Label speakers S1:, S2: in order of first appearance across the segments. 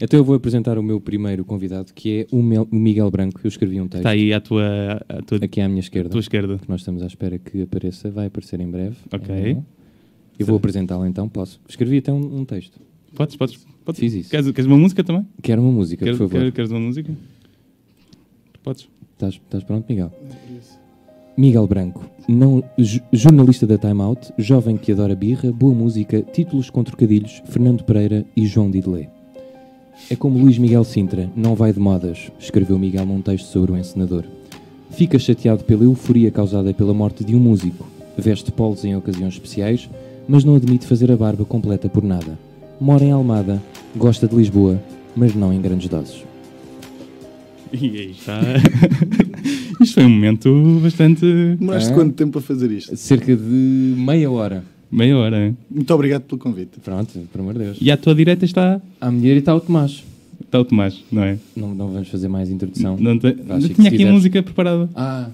S1: Então eu vou apresentar o meu primeiro convidado, que é o Mel- o Miguel Branco. Eu escrevi um texto
S2: Está aí à tua, à tua,
S1: aqui à minha
S2: à
S1: esquerda,
S2: tua esquerda.
S1: que nós estamos à espera que apareça. Vai aparecer em breve.
S2: Ok.
S1: É. Eu vou apresentá-lo então, posso. Escrevi até um, um texto.
S2: Podes, podes. podes.
S1: Fiz isso.
S2: Queres, queres uma música também?
S1: Quero uma música,
S2: Queres,
S1: por favor.
S2: quer- queres uma música? Podes.
S1: Estás, estás pronto, Miguel? Miguel Branco, não, ju- jornalista da Time Out, jovem que adora birra, boa música, títulos com trocadilhos, Fernando Pereira e João Didelé. É como Luís Miguel Sintra, não vai de modas, escreveu Miguel num texto sobre o encenador. Fica chateado pela euforia causada pela morte de um músico, veste polos em ocasiões especiais, mas não admite fazer a barba completa por nada. Mora em Almada, gosta de Lisboa, mas não em grandes doses.
S2: E aí está. Isto foi um momento bastante.
S3: Demoraste
S1: Ah.
S3: quanto tempo a fazer isto?
S1: Cerca de meia hora.
S2: meia hora. hein?
S3: Muito obrigado pelo convite.
S1: Pronto, pelo amor de Deus.
S2: E à tua direita está,
S1: À mulher está o Tomás.
S2: está o Tomás, não é?
S1: Não, não vamos fazer mais introdução.
S2: Não te-
S1: Vá, Chico,
S2: tinha
S1: se
S2: aqui
S1: quiseres.
S2: a música preparada.
S1: Ah,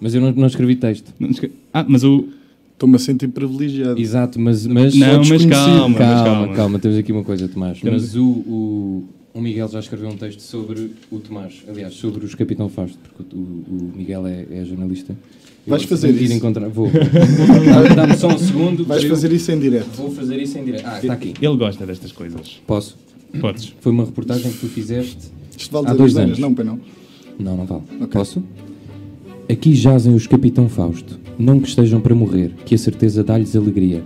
S1: mas eu não, não escrevi texto.
S2: Não te esque- Ah, mas o.
S3: Estou-me a sentir privilegiado.
S1: Exato, mas. mas
S2: Não, mas
S3: desconhecido.
S2: calma, mas
S1: calma,
S2: calma.
S1: calma, temos aqui uma coisa, Tomás.
S2: Temos-
S1: Mas o, o, o Miguel já escreveu um texto sobre o Tomás. Aliás, sobre os Capitão Fausto, porque o, o Miguel é, é jornalista. Eu
S3: Vais
S1: gosto
S3: fazer
S1: muito de ir
S3: isso?
S1: encontrar- Vou. Dá- Dá-me só um segundo.
S3: Vais
S1: eu
S3: fazer isso em direto.
S1: Vou fazer isso em direto. Ah, está aqui.
S2: Ele gosta destas coisas.
S1: Posso.
S2: Podes.
S1: Foi uma reportagem que tu fizeste
S3: Isto vale
S1: Há
S3: dizer
S1: dois
S3: as
S1: anos.
S3: neiras, não, pai não.
S1: Não, não vale.
S3: Ok.
S1: Posso? Aqui jazem os Capitão Fausto. Não que estejam para morrer, que a certeza dá-lhes alegria.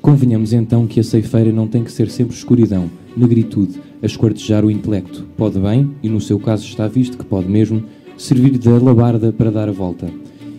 S1: Convenhamos então que a ceifeira não tem que ser sempre escuridão, negritude, a esquartejar o intelecto. Pode bem, e no seu caso está visto que pode mesmo, servir de alabarda para dar a volta.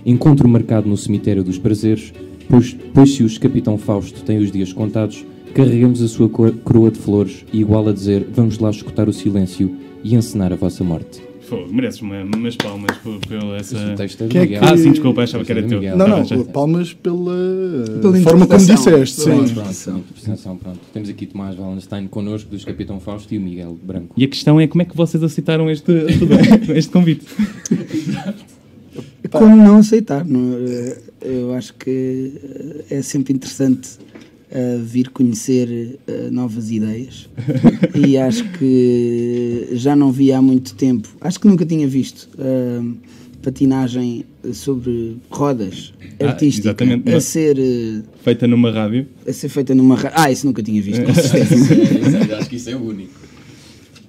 S1: Encontro marcado no cemitério dos prazeres, pois, pois se os Capitão Fausto têm os dias contados, carregamos a sua cor- coroa de flores, igual a dizer, vamos lá escutar o silêncio e encenar a vossa morte.
S2: Fogo, mereces uma, umas palmas por, por essa.
S1: O texto é do
S3: Quem é
S1: Miguel.
S2: Ah, sim, desculpa, achava que era
S1: Sim,
S2: teu.
S1: Miguel.
S3: Não,
S2: Tá
S3: não,
S2: bem, já-
S3: palmas pela, uh,
S4: Pela
S3: forma como
S4: interpretação.
S3: disseste, sim.
S1: Pronto, pronto, apresentação, pronto. Temos aqui Tomás Wallenstein connosco, dos Capitão Fausto e o Miguel Branco.
S2: E a questão é como é que vocês aceitaram este, este convite?
S4: Como não aceitar? não é? Eu acho que eh, é sempre interessante eh, vir conhecer eh, novas ideias e acho que já não vi há muito tempo, acho que nunca tinha visto eh, patinagem sobre rodas
S2: Ah,
S4: artística
S2: exatamente,
S4: a
S2: mas-
S4: ser, eh,
S2: Feita numa rádio.
S4: a ser feita numa. ra- Ah, isso nunca tinha
S2: É.
S4: visto, com certeza.
S1: acho que isso é o único.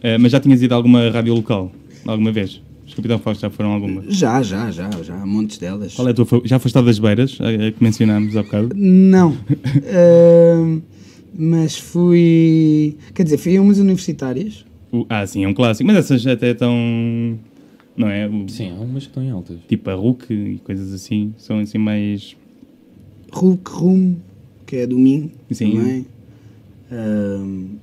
S2: Eh, mas já tinhas ido a alguma rádio local? Alguma vez? Os Capitão Fausto já foram a alguma?
S4: já, já, já, já, há montes delas.
S2: Qual é a tua fa- Já foste à das beiras, a, a que mencionámos há bocado?
S4: Não. Ahm, mas fui. Quer dizer, fui a umas universitárias.
S2: O- ah, sim, é um clássico. Mas essas até estão... Não é? O-
S1: Sim, há umas que estão em altas.
S2: Tipo a RUC e coisas assim. São assim mais...
S4: Hulk Room, que é domingo
S2: Sim.
S4: também. Ahm,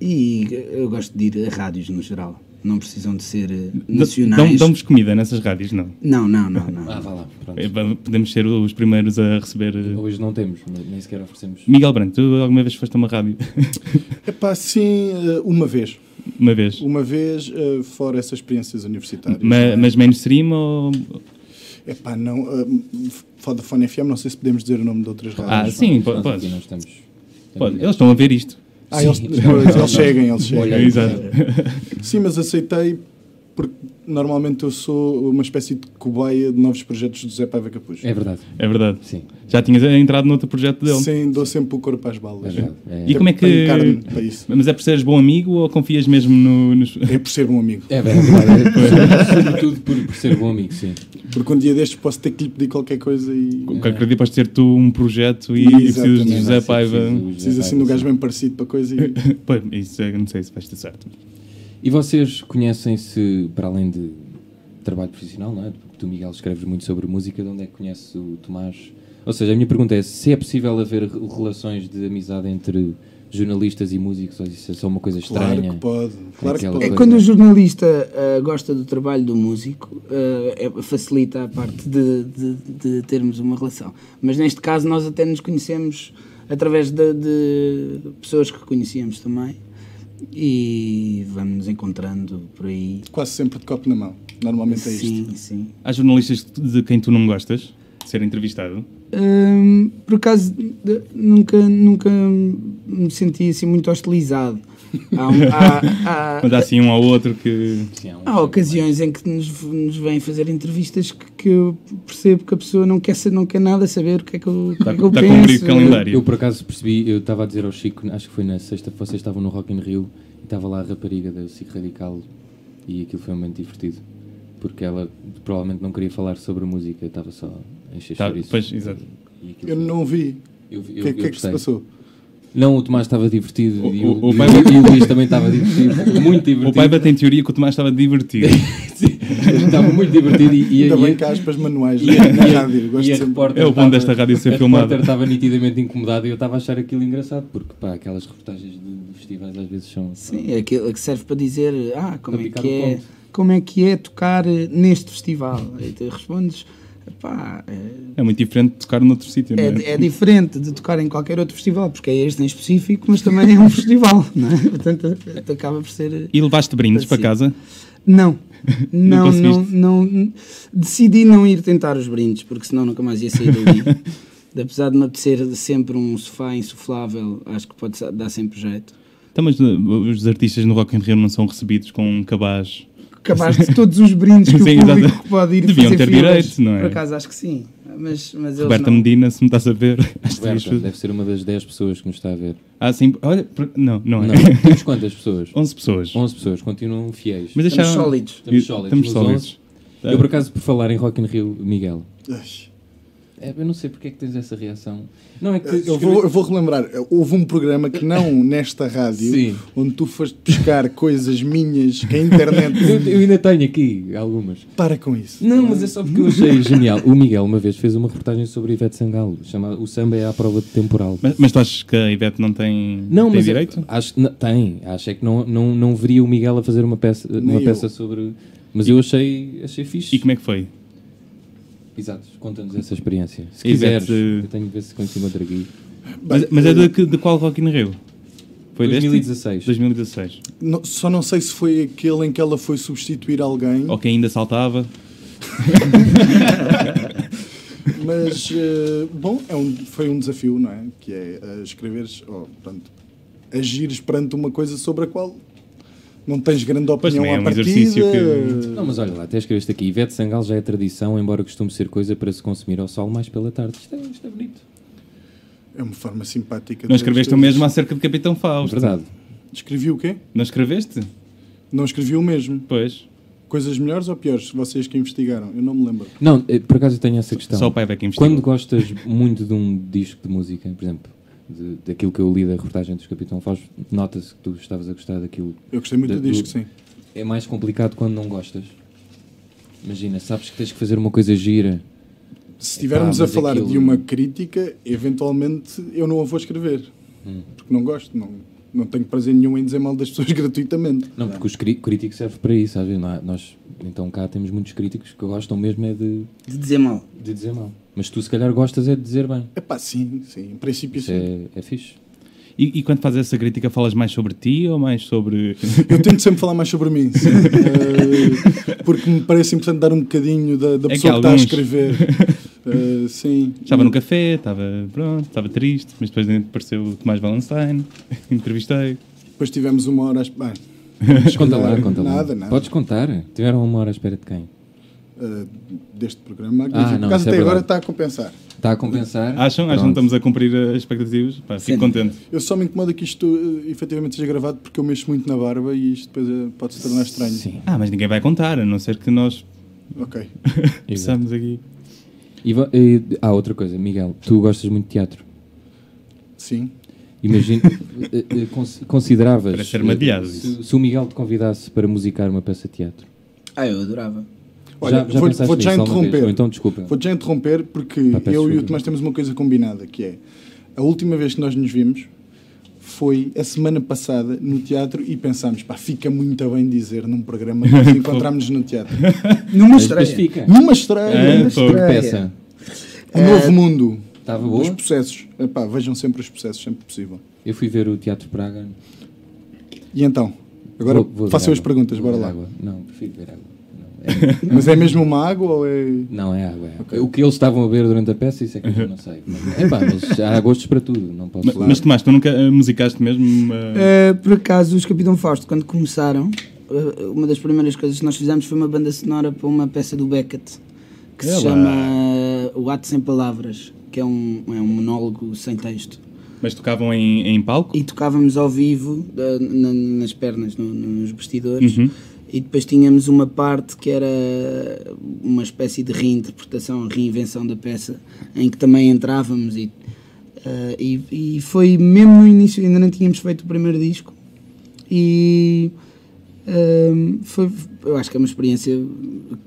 S4: e eu gosto de ir a rádios no geral. Não precisam de ser eh,
S2: Dão-
S4: nacionais.
S2: Dão-vos comida nessas rádios, não?
S4: Não, não, não, não.
S1: Ah, vá lá, pronto.
S2: Eh, va- Podemos ser os primeiros a receber... eh.
S1: Hoje não temos, mas nem sequer oferecemos.
S2: Miguel Branco, tu alguma vez foste a uma rádio?
S3: Epá, sim, uh, uma vez.
S2: uma vez.
S3: Uma vez, uh, fora essas experiências universitárias.
S2: Ma, mas mainstream ou...
S3: Epá, não, uh, Vodafone FM, não sei se podemos dizer o nome de outras
S2: Ah,
S3: rádios.
S2: sim, po-
S1: Nós aqui
S2: podes.
S1: não estamos.
S2: Pode. Eles estão a ver isto.
S3: Ah, eles,
S1: Sim.
S3: pois, eles chegam, eles chegam.
S1: Olha,
S2: Exato.
S3: Sim, mas aceitei porque normalmente eu sou uma espécie de cobaia de novos projetos do Zé Paiva Capuz.
S1: É verdade,
S2: É verdade.
S1: sim.
S2: Já tinhas entrado noutro projeto dele.
S3: Sim, um dou sempre o corpo às
S1: É
S3: balas.
S1: verdade. É,
S2: E como é que-
S3: Tenho carne para isso.
S2: Mas é por seres bom amigo ou confias mesmo no, nos...
S3: É por ser um amigo.
S1: é verdade. Sobretudo por, por ser bom amigo, sim.
S3: Porque um dia destes posso ter que lhe pedir qualquer coisa e
S2: Qualquer dia podes ter tu um projeto e
S3: Exatamente.
S2: precisas de José
S1: Sim,
S2: Paiva.
S1: preciso do José
S3: preciso assim de um
S1: Paiva,
S3: gajo bem parecido para coisa e.
S2: Pois, isso é- não sei se vais ter certo.
S1: E vocês conhecem-se, para além de trabalho profissional, não é? Porque tu, Miguel, escreves muito sobre música, de onde é que conheces o Tomás? Ou seja, a minha pergunta é se é possível haver re- relações de amizade entre jornalistas e músicos, ou isso é só uma coisa
S3: Claro
S1: estranha?
S3: que pode. Claro que
S1: Aquela
S3: pode.
S1: coisa.
S4: É, quando o jornalista ah, gosta do trabalho do músico, ah, é- facilita a parte de, de- de termos uma relação. Mas neste caso, nós até nos conhecemos através de, de pessoas que conhecíamos também e vamos nos encontrando por aí.
S3: Quase sempre de copo na mão. Normalmente é isto.
S4: Sim, sim.
S2: Há jornalistas de quem tu não gostas de ser entrevistado?
S4: Hum, por acaso de- nunca, nunca me senti assim muito hostilizado. Há, um- há- há-
S2: Mas há assim um ao outro que.
S4: há ocasiões em que nos, nos vêm fazer entrevistas que, que eu percebo que a pessoa não quer, sa- não quer nada saber o que é que eu, o que é que eu
S2: tá
S4: penso.
S2: cumprir o calendário.
S1: Eu por acaso percebi, eu estava a dizer ao Chico, acho que foi na sexta, vocês estavam no Rock in Rio e estava lá a rapariga da SIC Radical e aquilo foi um momento divertido. Porque ela provavelmente não queria falar sobre música, estava só a encher
S2: Tá,
S1: chouriços.
S2: pois, exato.
S1: E aquilo
S3: Eu
S1: foi-
S3: não vi.
S1: eu-
S3: O
S1: eu-
S3: que,
S1: eu
S3: que é que se
S1: gostei.
S3: passou?
S1: Não, o Tomás estava divertido e
S2: O-
S1: o,
S2: o- o pai-
S1: e o Luís também estava divertido. Muito divertido.
S2: O Paiva tem teoria que o Tomás estava divertido.
S1: estava muito divertido e, e,
S3: Ainda
S1: e,
S3: bem que há aspas manuais
S1: e-
S3: na
S1: e-
S3: na
S1: e-
S3: rádio. Gosto
S1: e a
S3: sempre.
S1: repórter
S2: É o bom
S1: estava-
S2: desta rádio ser
S1: a
S2: filmada.
S1: repórter estava nitidamente incomodada e eu estava a achar aquilo engraçado, porque pá, aquelas reportagens de, de festivais às vezes são.
S4: Sim, é aquilo que serve para dizer ah, como
S1: Para
S4: é
S1: picar
S4: que
S1: o
S4: é,
S1: ponto.
S4: como é que é tocar eh, neste festival. E tu respondes, pá, eh,
S2: É muito diferente de tocar noutro sítio, não é?
S4: é, é diferente de tocar em qualquer outro festival, porque é este em específico, mas também é um festival, não é? Portanto, eh, acaba por ser. eh,
S2: E levaste brindes para
S4: Sim.
S2: casa?
S4: Não, não, não,
S2: conseguiste?
S4: não, Decidi não ir tentar os brindes, porque senão nunca mais ia sair dali. Apesar de me apetecer sempre um sofá insuflável, acho que pode sa- dar sempre jeito.
S2: Então, mas uh, os artistas no Rock in Rio não são recebidos com um cabaz.
S4: acabaste de todos os brindes que
S2: Sim,
S4: o
S2: exato.
S4: público pode ir
S2: Deviam
S4: fazer
S2: ter
S4: filas.
S2: direito, não é?
S4: Por acaso acho que sim, mas, mas eles
S2: Roberta
S4: não.
S2: Medina, se me estás a ver, acho que devias
S1: Roberta, né?
S2: fazer.
S1: deve ser uma das 10 pessoas que nos está a ver.
S2: Ah, sim, olha, por- não, não é.
S1: Não, temos quantas pessoas?
S2: 11 pessoas.
S1: 11 pessoas, continuam fiéis.
S2: Mas é-
S4: Estamos
S2: deixaram-
S4: sólidos.
S1: Estamos sólidos,
S2: Estamos
S1: nos
S2: sólidos.
S1: Eu por acaso, por falar em Rock in Rio, Miguel,
S3: Ai.
S1: é, eu não sei porque é que tens essa reação. Não, é que
S3: Eu vou, eu vou relembrar, houve um programa que não nesta rádio,
S1: Sim.
S3: onde tu foste buscar coisas minhas que a internet.
S1: Eu, eu ainda tenho aqui algumas.
S3: Para com isso.
S1: Não, mas é só porque eu achei genial. O Miguel uma vez fez uma reportagem sobre Ivete Sangalo, chamada O Samba é à Prova de Temporal.
S2: Mas, mas tu achas que a Ivete não tem,
S1: Não,
S2: tem
S1: mas é-
S2: direito?
S1: acho, não, tem, acho é que não, não, não veria o Miguel a fazer uma peça, uma
S3: eu.
S1: peça sobre. Mas eu achei, achei fixe.
S2: E como é que foi?
S1: Exato, conta-nos essa experiência. Se
S2: Ivete,
S1: quiseres,
S2: eh,
S1: eu tenho de ver se consigo outra aqui.
S2: Mas, mas é de, que- de qual Rock in Rio? Foi deste?
S1: 2016.
S2: 2016.
S3: Não- só não sei se foi aquele em que ela foi substituir alguém,
S2: Ou quem ainda saltava?
S3: mas eh, bom, é um- foi um desafio, não é? Que é eh, escreveres, ou portanto, agires perante uma coisa sobre a qual não tens grande
S2: Pois,
S3: opinião
S2: também é
S3: à
S2: um
S3: partida.
S2: exercício
S1: Não, mas olha lá, até escreveste aqui. Ivete Sangalo já é tradição, embora costume ser coisa para se consumir ao sol mais pela tarde. Isto é, isto é bonito.
S3: É uma forma simpática. de
S2: Não
S3: ver as
S2: escreveste o
S3: coisas.
S2: mesmo acerca de Capitão
S1: É
S2: Fausto?
S1: verdade.
S3: Escrevi o quê?
S2: Não escreveste?
S3: Não escrevi o mesmo.
S2: Pois.
S3: Coisas melhores ou piores? Vocês que investigaram, eu não me lembro.
S1: Não, eh, por acaso eu tenho essa questão.
S2: Só o Paiva é que investigou.
S1: Então, Quando gostas muito de um disco de música, por exemplo, de- daquilo que eu li da reportagem dos Capitão Fausto, nota-se que tu estavas a gostar daquilo.
S3: Eu gostei muito
S1: Da-
S3: do disco,
S1: do-
S3: sim.
S1: É mais complicado quando não gostas. Imagina, sabes que tens que fazer uma coisa gira.
S3: Se estivermos
S1: Epá,
S3: a
S1: Ah, mas
S3: falar de
S1: aquilo-
S3: uma crítica, eventualmente eu não a vou escrever.
S1: Hum.
S3: Porque não gosto, não, não tenho prazer nenhum em dizer mal das pessoas gratuitamente. É
S1: Não, porque os cri- críticos servem para isso, às vezes. não há- Nós, então cá temos muitos críticos que gostam mesmo é de,
S4: De dizer mal.
S1: de dizer mal. Mas tu se calhar gostas é de dizer bem.
S3: É pá, sim, sim, em princípio
S1: Isso
S3: sim.
S1: é, é fixe.
S2: E, e quando fazes essa crítica, falas mais sobre ti ou mais sobre.
S3: Eu tento sempre falar mais sobre mim, sim. Eh, porque me parece importante dar um bocadinho da, da
S2: que
S3: pessoa que, está a
S2: alguns-
S3: escrever. Eh, sim.
S2: Estava no café, estava pronto, estava triste, mas depois apareceu o Tomás Valenstein, entrevistei.
S3: Depois tivemos uma hora. ah, às- Bem,
S1: Conta lá, conta lá.
S3: Nada, nada.
S1: Podes contar. Tiveram uma hora à espera de quem?
S3: eh, deste programa, magnífico.
S1: não,
S3: Por acaso
S1: isso é
S3: até agora
S1: verdade.
S3: está a compensar.
S1: Está a compensar?
S2: Acham? Acham que
S1: Pronto.
S2: estamos a cumprir as expectativas? Pá, fico
S4: Sim.
S2: contente.
S3: Eu só me incomodo que isto eh, efetivamente seja gravado porque eu mexo muito na barba e isto depois eh, pode se tornar estranho.
S1: Sim.
S2: Ah, mas ninguém vai contar, a não ser que nós
S3: Ok.
S1: Exato.
S2: possamos aqui.
S1: E, va- e- ah, outra coisa, Miguel, tu gostas muito de teatro.
S3: Sim.
S1: Imagina, eh, eh, cons- consideravas.
S2: Parece armadilhado
S1: eh,
S2: isso.
S1: se, se o Miguel te convidasse para musicar uma peça de teatro.
S4: Ah, eu adorava.
S3: Olha,
S1: já já
S3: vou,
S1: pensaste
S3: vou já
S1: nisso alguma vez?
S3: interromper.
S1: Ou então, desculpa.
S3: Vou já interromper porque
S1: Pá, Ah, peço
S3: eu e o
S1: desculpa.
S3: Tomás temos uma coisa combinada, que é a última vez que nós nos vimos foi a semana passada no teatro e pensámos, pá, fica muito bem dizer num programa que nos encontramos no teatro.
S4: Numa
S1: Mas
S4: estreia.
S1: depois fica.
S3: Numa estreia,
S2: É, pô,
S1: Que peça?
S3: um
S4: É.
S3: novo mundo.
S1: Estava boa?
S3: Os processos. Epá, vejam sempre os processos, sempre possível.
S1: Eu fui ver o Teatro Praga.
S3: E então? Agora
S1: Vou- vou ver
S3: façam as
S1: água.
S3: perguntas,
S1: Vou
S3: bora
S1: ver
S3: lá.
S1: água. Não, prefiro ver água. Não, é
S3: Mas é mesmo uma água ou é.
S1: Não, é água. é. O que eles estavam a ver durante a peça, isso é que eu já não
S3: Uhum.
S1: sei. Mas, epá, mas há gostos para tudo, não posso
S2: Mas,
S1: falar.
S2: mas Tomás, tu nunca eh, musicaste mesmo? eh,
S4: Uh, por acaso, os Capitão Fausto, quando começaram, uh, uma das primeiras coisas que nós fizemos foi uma banda sonora para uma peça do Beckett que
S2: Ela.
S4: se chama uh, O Ato Sem Palavras, que é um, é um monólogo sem texto.
S2: Mas tocavam em, em palco?
S4: E tocávamos ao vivo, uh, na- nas pernas, no- nos bastidores.
S1: Uhum.
S4: E depois tínhamos uma parte que era uma espécie de reinterpretação, reinvenção da peça, em que também entrávamos. E, uh, e, e foi mesmo no início, ainda não tínhamos feito o primeiro disco. E um, foi, eu acho que é uma experiência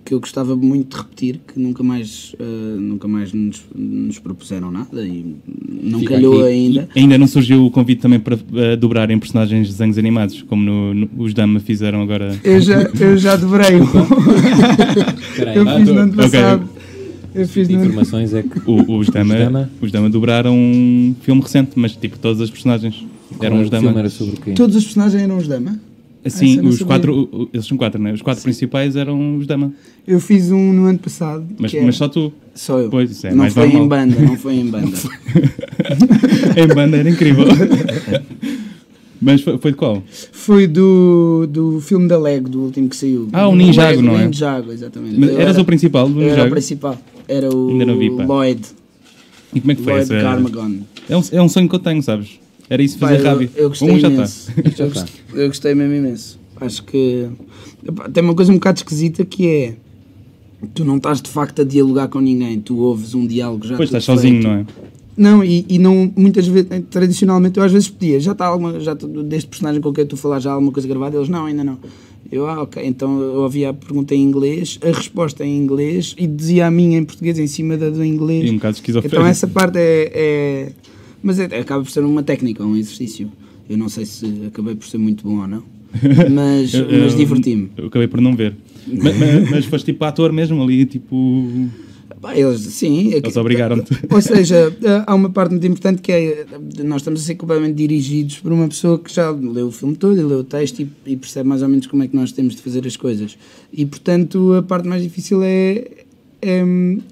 S4: que eu gostava muito de repetir, que nunca mais, uh, nunca mais nos, nos propuseram nada e não
S1: Fica
S4: calhou
S1: aqui.
S4: ainda.
S2: E ainda não surgiu o convite também para eh, dobrar em personagens de desenhos animados, como no- no- os Dama fizeram agora.
S4: Eu já, eu já dobrei o.
S1: Espera aí,
S4: eu
S1: ah,
S4: fiz no ano
S2: Ok.
S4: passado. Eu fiz
S1: que
S4: no ano
S1: informações é que.
S2: O- os, Dama,
S1: Dama?
S2: os Dama dobraram um filme recente, mas tipo, todas as personagens eram
S1: Qual
S2: os
S1: filme
S2: Dama.
S1: era sobre é o quê?
S4: Todos os personagens eram os dama. Ah,
S2: Assim,
S4: isso eu não
S2: os
S4: sabia.
S2: quatro, o- o- eles são quatro, né? Os quatro principais eram os Dama.
S4: Eu fiz um no ano passado.
S2: Mas,
S4: que é-
S2: mas só tu.
S4: só eu.
S2: Pois, isso é
S4: não
S2: mais
S4: foi
S2: normal.
S4: em banda, não foi em banda.
S2: em banda era incrível. mas foi, foi de qual?
S4: foi do, do filme da Lego, do último que saiu.
S2: Ah, o
S4: Do
S2: Ninjago,
S4: Lego,
S2: não é?
S4: Ninjago, exatamente.
S2: Mas
S4: Eu
S2: eras
S4: era-
S2: o principal do
S4: eu Era o
S2: jogo?
S4: principal. Era o
S2: Ainda não vi, pá.
S4: Lloyd.
S2: E como é que foi
S4: Lloyd
S2: essa?
S4: Carmagon.
S2: É um, é um sonho que eu tenho, sabes? Era isso,
S4: Pá,
S2: fazer
S4: eu-
S2: rádio.
S4: Eu gostei
S2: um já está.
S4: imenso. Eu gost- Eu gostei mesmo imenso. Acho que epá, tem uma coisa um bocado esquisita que é tu não estás de facto a dialogar com ninguém, tu ouves um diálogo já.
S2: Pois
S4: todo
S2: estás sozinho,
S4: feito.
S2: não é?
S4: Não, e, e não muitas vezes, tradicionalmente eu às vezes pedia, já está alguma, já tá- deste personagem com quem tu falar já há alguma coisa gravada? Eles não, ainda não. Eu, ah, ok, então eu ouvia a pergunta em inglês, a resposta em inglês e dizia a minha em português em cima da do inglês.
S2: E um bocado esquizofrénico.
S4: Então essa parte é. é- mas é- acaba por ser uma técnica, um exercício. Eu não sei se acabei por ser muito bom ou não, mas,
S2: Eu- eu-
S4: mas diverti-me.
S2: Eu acabei por não ver. mas, mas, mas foste tipo ator mesmo ali, tipo.
S4: Pá, Eles, sim, é que-
S2: Eles obrigaram-te.
S4: Ou seja, eh, há uma parte muito importante que é eh, nós estamos a ser completamente dirigidos por uma pessoa que já leu o filme todo e leu o texto e, e percebe mais ou menos como é que nós temos de fazer as coisas. E portanto a parte mais difícil é, é, é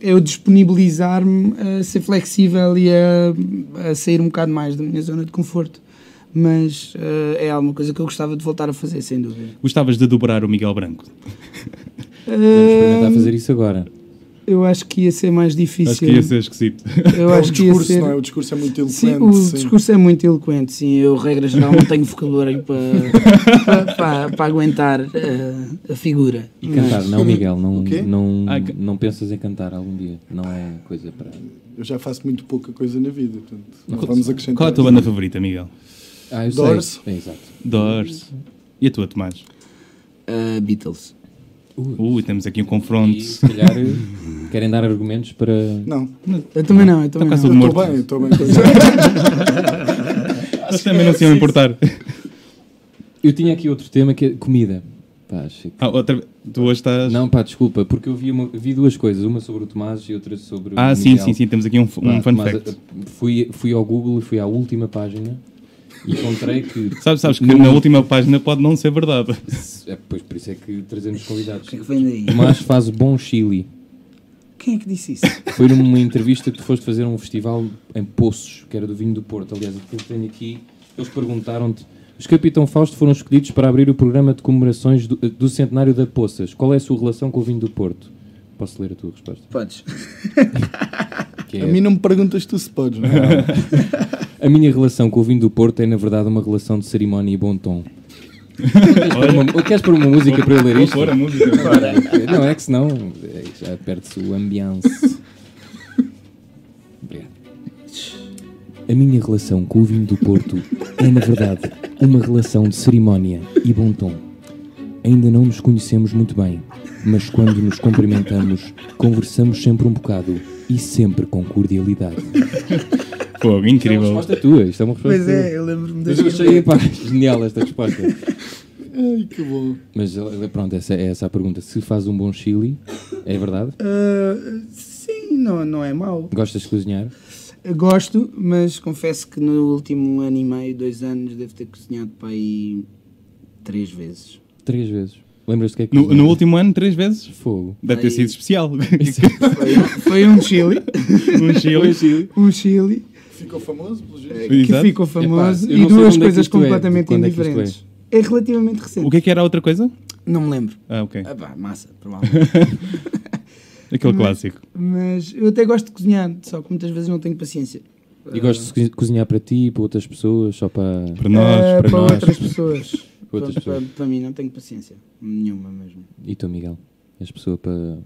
S4: eu disponibilizar-me a ser flexível e a, a sair um bocado mais da minha zona de conforto. Mas eh, é alguma coisa que eu gostava de voltar a fazer, sem dúvida.
S2: Gostavas de dobrar o Miguel Branco.
S1: Vamos experimentar fazer isso agora.
S4: Eh, Eu acho que ia ser mais difícil.
S2: Acho que ia ser um esquisito.
S4: Eu
S3: É
S4: acho
S3: o
S4: que ia
S3: discurso,
S4: ser.
S3: não é? O discurso é muito eloquente.
S4: Sim, o
S3: sim.
S4: discurso é muito eloquente, sim. Eu, regra geral, não tenho vocabulário para, para, para, para aguentar eh, a figura.
S1: E cantar, não, Miguel, não,
S3: O quê?
S1: não,
S2: Ah, ca-
S1: não pensas em cantar algum dia. Não é coisa para.
S3: Eu já faço muito pouca coisa na vida, portanto, não vamos acrescentar.
S2: Qual é a tua banda favorita, Miguel?
S1: Ah, eu
S3: Doors.
S1: sei. É, exato.
S2: Doors. E a tua, Tomás?
S4: Eh, Beatles.
S1: Uh.
S2: Ui, temos aqui um confronto.
S1: E se calhar querem dar argumentos para.
S3: Não,
S4: Eu também não,
S5: então,
S4: eu também
S2: Tá quase
S4: não.
S3: eu estou
S2: morto.
S3: bem, eu estou bem.
S2: Eles também não se iam importar.
S1: Eu tinha aqui outro tema que é comida. Pá, achei que-
S2: Ah, outra... Tu hoje estás.
S1: Não, pá, desculpa, porque eu vi, uma- vi duas coisas, uma sobre o Tomás e outra sobre o.
S2: Ah, sim,
S1: Miguel.
S2: sim, sim. Temos aqui um, f- um
S1: Pá,
S2: fun
S1: Tomás,
S2: fact.
S1: eh, Fui, fui ao Google e fui à última página e encontrei que.
S2: Sabes, sabes que na última página pode não ser verdade.
S1: É, pois por isso é que trazemos convidados.
S4: O que é que vem daí?
S1: Tomás faz bom chili.
S4: Quem é que disse isso?
S1: Foi numa entrevista que tu foste fazer um festival em Poços, que era do vinho do Porto. Aliás, eu tenho aqui, eles perguntaram-te. Os Capitão Fausto foram escolhidos para abrir o programa de comemorações do, eh, do centenário da Poças. Qual é a sua relação com o vinho do Porto? Posso ler a tua resposta?
S4: Podes.
S1: Que é,
S3: A mim não me perguntas tu se podes, não é?
S1: a minha relação com o vinho do Porto é, na verdade, uma relação de cerimónia e bom tom. Queres pôr uma- queres pôr uma música para eu ler isto?
S2: Vou pôr a música.
S1: Não, é que senão é, já perde-se o ambiance. Obrigado. A minha relação com o vinho do Porto é, na verdade, uma relação de cerimónia e bom tom. Ainda não nos conhecemos muito bem, mas quando nos cumprimentamos, conversamos sempre um bocado e sempre com cordialidade.
S2: Fogo,
S1: Isto é uma
S2: incrível.
S1: resposta tua, isto é uma resposta
S4: Pois é, eu lembro-me
S1: Mas
S4: das
S1: eu achei pá, genial esta resposta.
S3: Ai, que bom.
S1: Mas eh, pronto, essa é essa a pergunta. Se faz um bom chili, é verdade?
S4: Eh, sim, não, não é mau.
S1: Gostas de cozinhar?
S4: Eu gosto, mas confesso que no último ano e meio, dois anos, devo ter cozinhado para aí três vezes.
S1: Três vezes. Lembras-te o que é que
S2: No, no
S1: cozinharam?
S2: último ano, três vezes.
S1: Fogo.
S2: Deve ter
S4: Ai.
S2: sido especial.
S4: Foi-
S5: Foi um chili,
S2: um chile.
S5: um chili
S3: Ficou famoso, pelo jeito.
S5: que
S2: Exato.
S5: ficou famoso
S1: Epá, eu
S5: e
S1: não sei
S5: duas
S1: onde é que
S5: coisas
S1: isto é, de
S5: completamente
S1: quando é que isto
S5: indiferentes. É? relativamente recente.
S2: O que é que era a outra coisa?
S5: Não me lembro.
S2: Ah, ok.
S4: Ah, pá, massa, provavelmente.
S2: Aquele
S5: Mas-
S2: clássico.
S5: Mas eu até gosto de cozinhar, só que muitas vezes não tenho paciência.
S1: E gostas de cozi- cozinhar para ti, para outras pessoas, só para.
S2: Para nós,
S5: Ah,
S2: para,
S5: para
S2: nós.
S5: outras pessoas.
S1: outras
S4: Pronto, para,
S1: pessoas.
S4: para mim não tenho paciência nenhuma mesmo.
S1: E tu, Miguel? És pessoa para.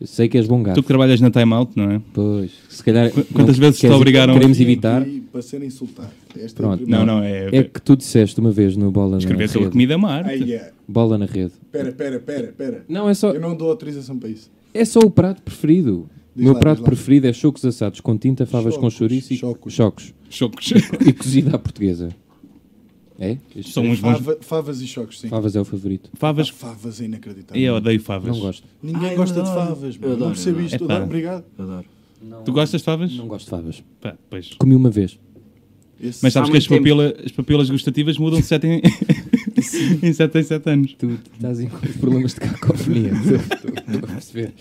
S1: Eu sei que és bom gato.
S2: Tu que trabalhas na Time Out, não é?
S1: Pois. Se calhar.
S2: Qu-
S1: não
S2: quantas vezes te
S1: queres-
S2: obrigaram-
S1: Queremos evitar.
S3: E para ser insultado. Esta
S1: Pronto,
S3: é a
S2: Não,
S3: primeira.
S2: não, é.
S1: É que tu disseste uma vez no Bola na
S2: Escrever sobre
S1: Rede.
S2: comida é uma arte.
S3: Ai, yeah.
S1: Bola na rede.
S3: Pera, pera, pera, pera.
S1: Não, é só,
S3: Eu não dou autorização para isso.
S1: é só o prato preferido. O
S3: Diz
S1: meu
S3: lá,
S1: prato
S3: diz lá.
S1: preferido é chocos assados com tinta, favas com
S3: Chocos,
S1: chouriço e
S3: chocos.
S1: chocos.
S2: Chocos.
S1: E cozida à portuguesa. É? Isto-
S2: São uns bons.
S3: Fava- favas e chocos, sim.
S1: Favas é o favorito.
S2: Favas.
S3: Favas é inacreditável.
S2: Eu odeio favas.
S1: Não gosto.
S3: Ninguém
S4: Ai,
S3: gosta
S4: eu
S3: de
S4: adoro.
S3: favas. mano.
S4: Eu
S3: Não
S4: adoro, eu
S3: percebi
S4: adoro.
S3: isto.
S2: Epá.
S3: Adoro, Obrigado.
S4: Adoro.
S2: Tu gostas de favas?
S1: Não gosto de favas.
S2: Pá, pois.
S1: Comi uma vez.
S3: Esse-
S2: Mas sabes
S4: Há
S2: que as
S4: muito tempo.
S2: papilas, as papilas gustativas mudam de 7 em... em 7 em 7 anos.
S1: Tu estás em com problemas de cacofonia. Estou a perceber.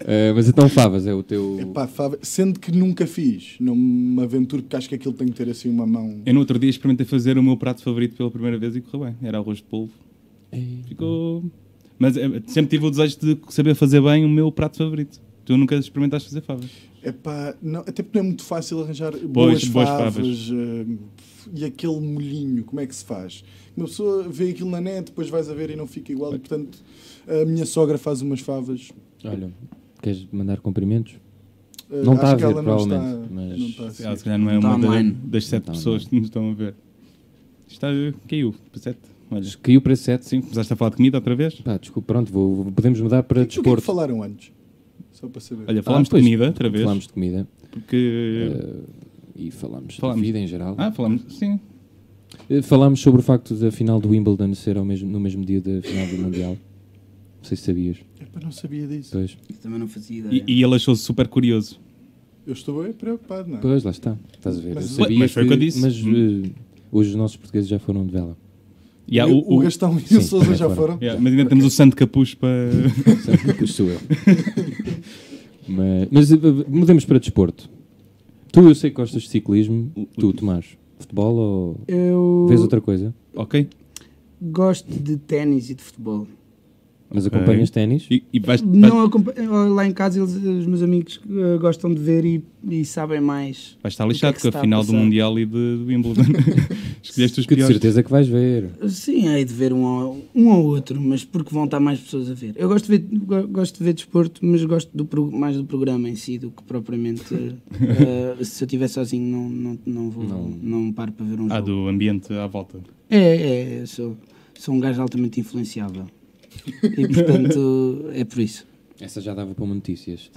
S1: Eh, mas então favas é o teu...
S3: Epá, fava- Sendo que nunca fiz. Não me aventuro porque acho que aquilo tem que ter assim uma mão.
S2: Eu no outro dia experimentei fazer o meu prato favorito pela primeira vez e correu bem. Era arroz de polvo.
S1: Ei.
S2: Ficou. Mas eh, sempre tive o desejo de saber fazer bem o meu prato favorito. Tu nunca experimentaste fazer favas.
S3: Epá, não, até porque não é muito fácil arranjar boas,
S2: boas
S3: favas,
S2: favas.
S3: hum, e aquele molhinho, como é que se faz? Uma pessoa vê aquilo na net, depois vais a ver e não fica igual, e portanto a minha sogra faz umas favas.
S1: Olha, queres mandar cumprimentos?
S3: Uh,
S1: Não
S3: acho
S1: está a
S3: que
S1: ver,
S3: ela não está-
S1: provavelmente, mas-
S3: não está a
S2: Se
S3: seguir.
S2: calhar não é
S4: Está
S1: tá
S2: uma da-
S4: online.
S2: das 7
S1: Está
S2: pessoas que nos estão a ver. Está, eh, caiu para 7. Olha,
S1: Caiu para 7.
S2: sim, começaste a falar de comida outra vez.
S1: Pá, desculpa, pronto, vou- vou- podemos mudar para
S3: O que é que
S1: desporto.
S3: falaram antes? Só para saber.
S2: Olha,
S1: Ah,
S2: falámos de
S1: pois,
S2: comida outra vez.
S1: Falámos de comida eh,
S2: Porque.
S1: e falámos,
S2: Falámos.
S1: de vida em geral.
S2: Ah, falámos, sim.
S1: Eh, Falámos sobre o facto da final do Wimbledon ser ao mesmo, no mesmo dia da final do Mundial. Não sei se sabias.
S3: Epá, não sabia disso.
S1: Pois,
S4: Eu também não fazia ideia.
S2: E, e ele achou-se super curioso.
S3: Eu estou bem preocupado, não é?
S1: pois lá está. Estás a ver.
S3: Mas-
S1: eu sabia
S2: mas foi o que eu disse.
S1: Mas eh, hoje os nossos portugueses já foram de vela.
S2: E há
S3: E o, o Gastão e
S1: Sim,
S3: o Sousa
S1: também
S3: já
S1: foram.
S3: foram?
S2: Yeah, mas ainda temos o santo capuz para.
S1: Sabe que sou eu. mas, mas, eh, mudemos para desporto. Tu, eu sei que gostas de ciclismo. Tu, Tomás, futebol ou...
S5: Eu
S1: Vês outra coisa?
S2: ok.
S5: gosto de
S4: Ténis e de futebol.
S1: Mas acompanhas ténis?
S2: E, e vais, vais,
S5: Não acompa- eh, Lá em casa, eles, os meus amigos eh, gostam de ver e, e sabem mais.
S2: vais estar
S5: que é
S2: lixado
S5: que
S2: com
S5: se
S2: a
S5: está a
S2: final do
S5: passar?
S2: Mundial e de, do Wimbledon. Escolheste os
S1: Que de
S2: piores.
S1: certeza que vais ver.
S4: Sim, hei de ver um ao, um ao outro, mas porque vão estar mais pessoas a ver.
S5: Eu gosto de ver, go- gosto de ver desporto, mas gosto do pro- mais do programa em si do que propriamente. eh, se eu estiver sozinho, não, não, não vou. Não, paro para ver um
S2: Ah,
S5: jogo.
S2: do ambiente à volta.
S5: É, é, eu sou, sou um gajo altamente influenciável. E portanto, é por isso.
S1: Essa já dava para uma notícias.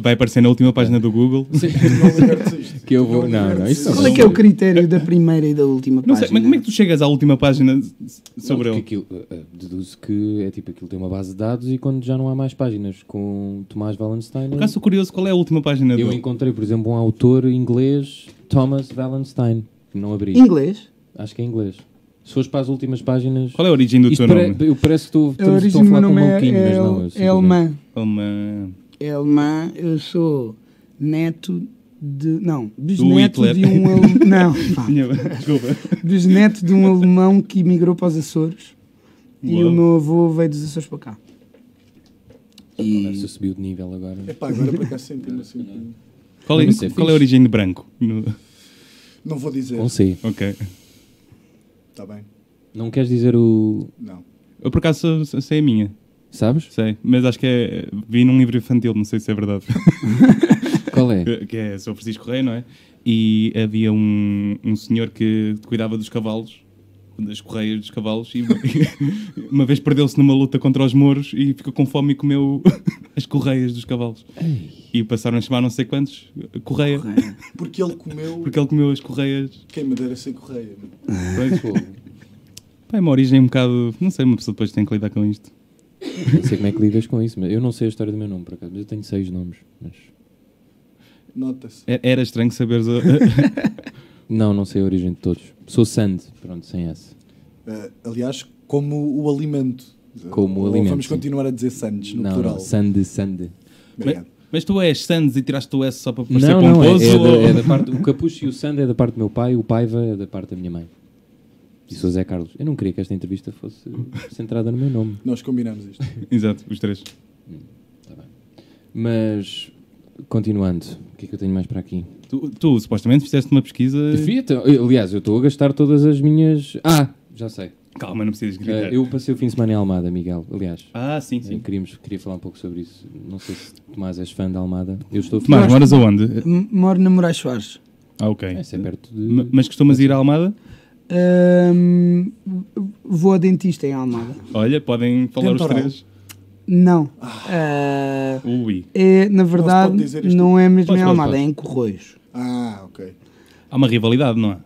S2: Vai aparecer na última página do Google.
S3: Não libertes isto.
S1: que eu vou. Não, não, isso não.
S5: Qual é que é o critério da primeira e da última
S2: Não
S5: página?
S2: sei, mas como é que tu chegas à última página s- sobre
S1: Não,
S2: ele?
S1: porque Aquilo, eh, eh, deduzo que é tipo aquilo tem uma base de dados e quando já não há mais páginas com Tomás Wallenstein.
S2: Por acaso sou curioso qual é a última página
S1: Eu
S2: dele.
S1: encontrei, por exemplo, um autor inglês, Thomas Wallenstein. Não abri.
S5: Inglês?
S1: Acho que é inglês. Se fores para as últimas páginas.
S2: Qual é a origem do
S1: Isto
S2: teu
S1: pare-
S2: nome?
S1: eu parece que estou,
S5: A
S1: estamos- estou
S5: origem
S1: a
S5: do meu
S1: falar com um
S5: nome é,
S1: maluquinho, mas
S5: é,
S1: não. eu
S5: é
S1: simplesmente-
S5: alemã.
S2: Uma...
S5: É alemã, eu sou neto de. Não,
S2: Hitler.
S5: bisneto de um alemão. Não, pá,
S1: Ah.
S2: Desculpa.
S5: bisneto de um alemão que emigrou para os Açores e
S2: Uau.
S5: o meu avô veio dos Açores para cá.
S1: Se eu subiu de nível agora.
S3: Epá, agora para cá senti-me assim.
S2: Qual é,
S1: Não sei,
S2: qual é
S1: fixe.
S2: a origem de branco? No-
S3: Não vou dizer.
S1: Com C.
S2: Ok.
S3: Está bem?
S1: Não queres dizer o.
S3: Não.
S2: Eu por acaso sei- sei a minha.
S1: Sabes?
S2: Sei. Mas acho que é. Vi num livro infantil, não sei se é verdade.
S1: Qual é?
S2: que é São Francisco Rei, não é? E havia um, um senhor que cuidava dos cavalos, um das correias dos cavalos, e uma vez perdeu-se numa luta contra os mouros e ficou com fome e comeu as correias dos cavalos. E passaram a chamar não sei quantos correia,
S3: Porque ele comeu
S2: porque ele comeu as correias.
S3: quem me dera sem correia. mano.
S2: Pá, é uma origem um bocado. Não sei, uma pessoa depois tem que lidar com isto.
S1: Não sei como é que lidas com isso, mas eu não sei a história do meu nome, por acaso, mas eu tenho seis nomes. Mas...
S3: Nota-se.
S2: É- Era estranho saberes. a-
S1: Não, não sei a origem de todos. Sou Sand, pronto, sem S.
S3: Eh, aliás, como o alimento
S1: como
S3: Ou
S1: alimento.
S3: Vamos continuar a dizer Sandes, no
S1: não,
S3: plural. é,
S1: não, sande, sande.
S2: Mas,
S3: Obrigado.
S2: mas tu és Sands e tiraste o S só para parecer
S1: Não, não, é,
S2: pomposo?
S1: é da,
S2: ou-
S1: é da parte, o capucho e o sande é da parte do meu pai, o paiva é da parte da minha mãe. Disse o Zé Carlos. Eu não queria que esta entrevista fosse centrada no meu nome.
S3: Nós combinamos isto.
S2: Exato, os três.
S1: Mas, continuando, o que é que eu tenho mais para aqui?
S2: Tu, tu, supostamente fizeste uma pesquisa...
S1: Devia ter- Aliás, eu estou a gastar todas as minhas. Ah, já sei.
S2: Calma, não precisas gritar.
S1: Eh, eu passei o fim de semana em Almada, Miguel. Aliás,
S2: Ah, sim,
S1: eh,
S2: sim.
S1: queríamos, queria falar um pouco sobre isso. Não sei se Tomás és fã de Almada. Eu estou
S2: Tomás,
S1: fã.
S2: moras aonde?
S5: M- Moro na Moraes Soares.
S2: Ah, ok.
S1: Isso é perto de.
S2: Ma- Mas costumas ir à Almada?
S5: Ahm, vou a dentista em Almada.
S2: Olha, podem falar os
S3: Temporal.
S2: três.
S5: Não. Ah,
S2: Ui.
S5: é, na verdade,
S3: pode dizer isto.
S5: não é mesmo
S2: Podes,
S5: em
S2: podes,
S5: Almada, é
S2: podes.
S5: em Corroios.
S3: Ah, ok.
S2: Há uma rivalidade, não há?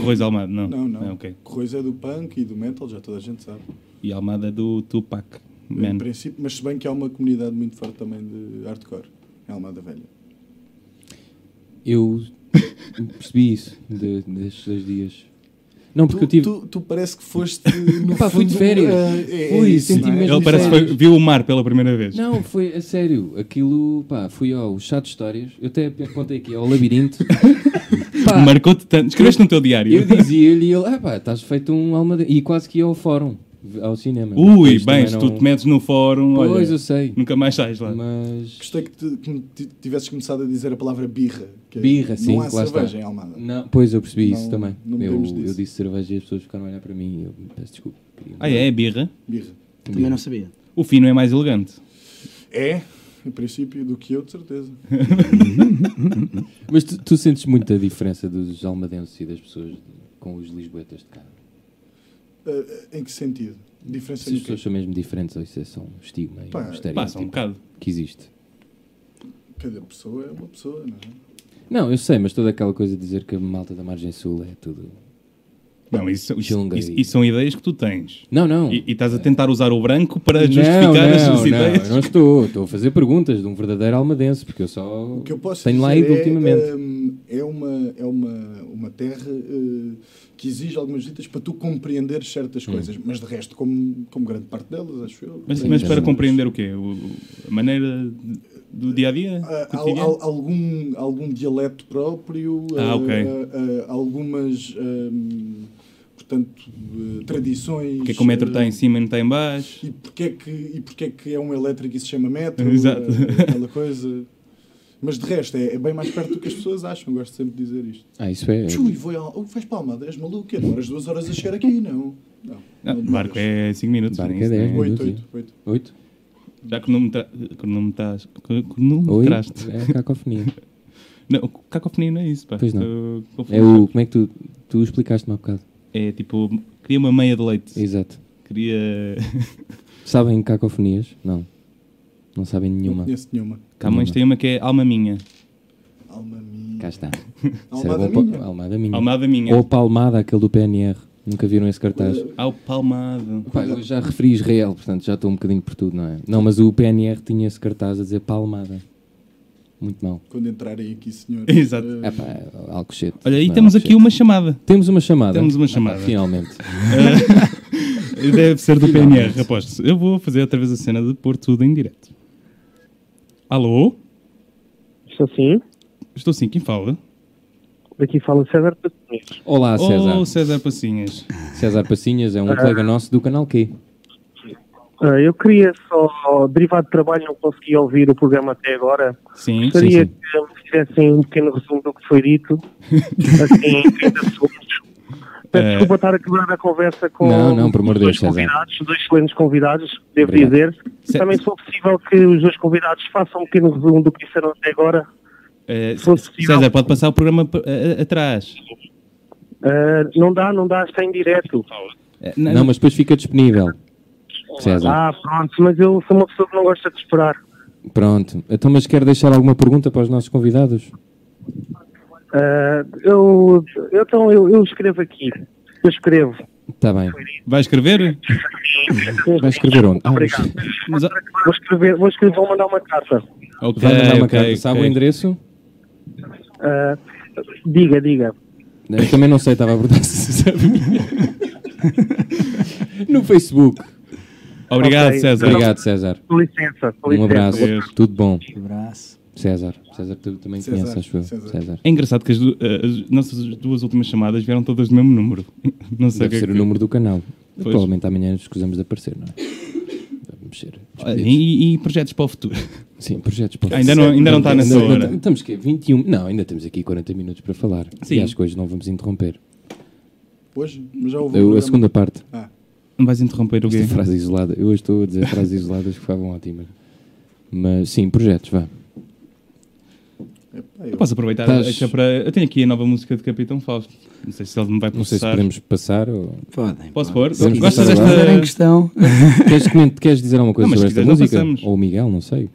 S2: Correios Almada, não.
S3: Não, não.
S2: Ah, ok.
S3: Correios é do punk e do metal, já toda a gente sabe.
S2: E Almada é do Tupac.
S3: Em
S1: É
S2: Man.
S3: princípio, mas se bem que há uma comunidade muito forte também de hardcore. É Almada Velha.
S1: Eu percebi isso de- destes dois dias. Não, porque eu tive.
S3: tu, tu parece que foste no
S1: Pá, fui de
S3: fundo,
S1: férias.
S3: ah, é- é
S1: Fui,
S3: isso,
S1: senti
S3: não é?
S1: mesmo
S2: Ele parece que foi- viu o mar pela primeira vez.
S1: Não, foi a sério. Aquilo, pá, fui ao Chá de Histórias. Eu até apontei aqui ao Labirinto. Pá,
S2: Marcou-te tanto. Escreveste no teu diário.
S1: Eu dizia-lhe e ele, ah pá, estás feito um alma E quase que ia ao fórum, ao cinema.
S2: Ui,
S1: Isto
S2: bem,
S1: também
S2: se
S1: não-
S2: tu te metes no fórum,
S1: Pois,
S2: olha,
S1: eu sei.
S2: nunca mais sais lá.
S1: Mas.
S3: Gostei que, tu- que me ti- tivesses começado a dizer a palavra birra. Que é-
S1: Birra, sim,
S3: Não há
S1: lá
S3: cerveja
S1: está.
S3: em Almada.
S1: Não, pois eu percebi
S3: Não-
S1: isso também.
S3: não
S1: eu,
S3: bebemos disso.
S1: eu disse cerveja e as pessoas ficaram a olhar para mim e eu peço desculpa. queria-
S2: Ah, é, é birra.
S3: Birra.
S5: Também não sabia.
S2: O fino é mais elegante.
S3: É, em princípio, do que eu, de certeza.
S1: Mas tu, tu sentes muita diferença dos almadenses e das pessoas com os lisboetas de cá?
S3: Ah, em que sentido? Diferença
S1: Se as
S3: no quê?
S1: pessoas são mesmo diferentes ou isso é só um estigma e
S3: Pá,
S1: um estereótipo
S2: Passa um bocado.
S1: que existe?
S3: Cada pessoa é uma pessoa, não é?
S1: Não, eu sei, mas toda aquela coisa de dizer que a malta da margem sul é tudo...
S2: Não, isso, isso,
S1: Chunga
S2: isso-
S1: e-
S2: isso são ideias que tu tens.
S1: Não, não.
S2: E, e estás a tentar usar o branco para justificar as suas ideias.
S1: É. Não, não estou. Estou a fazer perguntas de um verdadeiro almadense, porque eu só
S3: O que eu posso
S1: tenho lá
S3: dizer
S1: ido
S3: é,
S1: ultimamente.
S3: hum, é uma, é uma, uma terra eh, que exige algumas visitas para tu compreender certas coisas, mas de resto, como, como grande parte delas, acho eu.
S2: Mas,
S3: tem
S2: mas para
S1: Entendo.
S2: compreender o quê? O- o- a maneira de- do dia a dia?
S3: Ah, al-
S2: cotidiano?
S3: al- algum, algum dialeto próprio,
S2: Ah,
S3: ah,
S2: ok.
S3: ah, ah, algumas hum, portanto, ah, tradições.
S2: Porque é que o metro está
S3: ah,
S2: em cima e não está em baixo?
S3: E porque, é que, e porque é que é um elétrico e se chama metro?
S2: Exato.
S3: ah, Aquela coisa. Mas de resto, é, é bem mais perto do que as pessoas acham. Gosto sempre de dizer isto.
S1: Ah, isso é.
S3: eh, Tchui, vou a, oh, vais para a Almada, és maluco? Eu Demoras duas horas a chegar aqui? Não. Não.
S2: Ah, barco é 5 minutos.
S1: Barco
S2: nem
S1: é
S2: isso,
S1: dez.
S2: nem-
S3: Oito,
S1: minutos,
S3: oito, oito.
S1: Oito?
S2: Já cronometra- cronometras-
S1: Oito?
S2: cronometraste.
S1: É a cacofonia.
S2: Não, cacofonia não é isso, pá.
S1: Pois não.
S2: Eu confundo.
S1: é o. Como é que tu. Tu explicaste-me há bocado.
S2: É tipo, queria uma meia de leite.
S1: Exato.
S2: Queria.
S1: Sabem cacofonias? Não. Não sabem
S3: Não
S1: nenhuma.
S3: conheço nenhuma.
S2: Camões tem uma que é alma minha.
S3: Alma minha.
S1: Cá está. Isso era
S3: Almada
S1: bom
S3: minha.
S1: pa- Almada minha.
S2: é- Almada minha.
S1: Ou Palmada, aquele do PNR. Nunca viram esse cartaz.
S2: Ao palmado.
S1: Pá, eu já referi Israel, portanto já estou um bocadinho por tudo, não é? Não, mas o PNR tinha esse cartaz a dizer Palmada. Muito mal.
S3: Eh, Quando entrarem aqui, senhor.
S2: Exato.
S3: eh,
S1: É pá, Alcochete.
S2: Olha, aí
S1: Não é
S2: temos aqui
S1: Alcochete.
S2: uma chamada.
S1: Temos uma chamada.
S2: Temos uma
S1: Ah, pá,
S2: chamada.
S1: finalmente.
S2: Deve ser do PNR, aposto. Eu vou fazer outra vez a cena de pôr tudo em direto. Alô?
S6: Estou sim.
S2: Estou sim, quem fala?
S6: assim, Daqui fala César Patinhas.
S1: Olá, Ah, César.
S2: Ou Oh, César Passinhas.
S1: César Passinhas é um colega nosso do canal Q.
S6: Ah, eu queria só, derivado de trabalho, não consegui ouvir o programa até agora.
S1: Sim,
S2: Sim.
S6: Gostaria
S1: sim.
S6: que me fizessem um pequeno resumo do que foi dito, assim, em 30 segundos. Peço
S2: Eh,
S6: desculpa estar a quebrar a conversa com
S1: Não, não, por amor de
S6: os dois
S1: Deus, César.
S6: convidados, os dois excelentes convidados, devo
S1: Obrigado.
S6: dizer.
S2: Se-
S6: Também, se for possível, que os dois convidados façam um pequeno resumo do que disseram até agora.
S2: Eh,
S6: Se fosse possível.
S2: César, pode passar o programa pa- a- a- atrás.
S6: Ah, não dá, não dá, está em direto.
S2: Eh,
S1: Não, mas depois fica disponível. César.
S6: Ah, pronto, mas eu sou uma pessoa que não gosta de esperar.
S1: Pronto. Então, mas quer deixar alguma pergunta para os nossos convidados?
S6: Ah, eu, eu, então, eu, eu escrevo aqui. Eu escrevo.
S1: Está Tá bem.
S2: Vai escrever?
S1: Vai escrever onde? Ah,
S6: Obrigado.
S1: mas-
S2: Mas-
S6: Vou escrever, vou escrever, vou mandar uma carta.
S2: Ok,
S1: Vai mandar uma
S2: É, ok,
S1: carta. Sabe
S2: ok.
S1: o endereço?
S6: Ah, diga, diga.
S1: Eu também não sei, estava a perguntar se sabe. No Facebook.
S2: Obrigado,
S6: Ok.
S2: César.
S1: Obrigado, César.
S6: Com licença, com
S1: Um
S6: licença.
S1: abraço.
S2: Adeus.
S1: Tudo bom.
S4: Abraço.
S1: César. César, tu também
S3: César,
S1: conheces, acho eu.
S3: César.
S1: César.
S2: É engraçado que as, du- as nossas duas últimas chamadas vieram todas do mesmo número. Não sei o
S1: Deve
S2: que é
S1: ser
S2: que-
S1: o número do canal.
S2: Pois.
S1: Provavelmente amanhã nos escusamos de aparecer, não é? Vamos ser.
S2: Ah,
S1: despedidos.
S2: E, e projetos para o futuro.
S1: Sim, projetos para
S2: Ainda não- ainda não está nessa
S1: Ainda- ainda-
S2: hora.
S1: ainda- Estamos aqui, 21. Não, ainda temos aqui 40 minutos para falar.
S2: Sim.
S1: E acho que hoje não vamos interromper.
S3: Hoje? Mas já um ouvi
S1: É. Eu- a segunda parte,
S2: Não vais interromper o quê?
S1: esta frase isolada. Eu hoje estou a dizer frases isoladas que ficavam ótimas. Mas sim, projetos, vá.
S2: Eu posso aproveitar
S1: Estás-
S2: deixa para. Eu tenho aqui a nova música de Capitão Fausto. Não sei se ele me vai
S1: Não sei se
S2: processar.
S1: podemos passar ou.
S4: Podem.
S2: Posso pôr?
S1: Podemos
S2: Gostas
S1: passar
S2: desta.
S1: agora.
S4: Era em questão.
S1: Queres, coment- queres dizer alguma coisa
S2: Não, mas
S1: sobre
S2: se
S1: esta
S2: quiseres, não
S1: música?
S2: passamos.
S1: Ou o Miguel, não sei.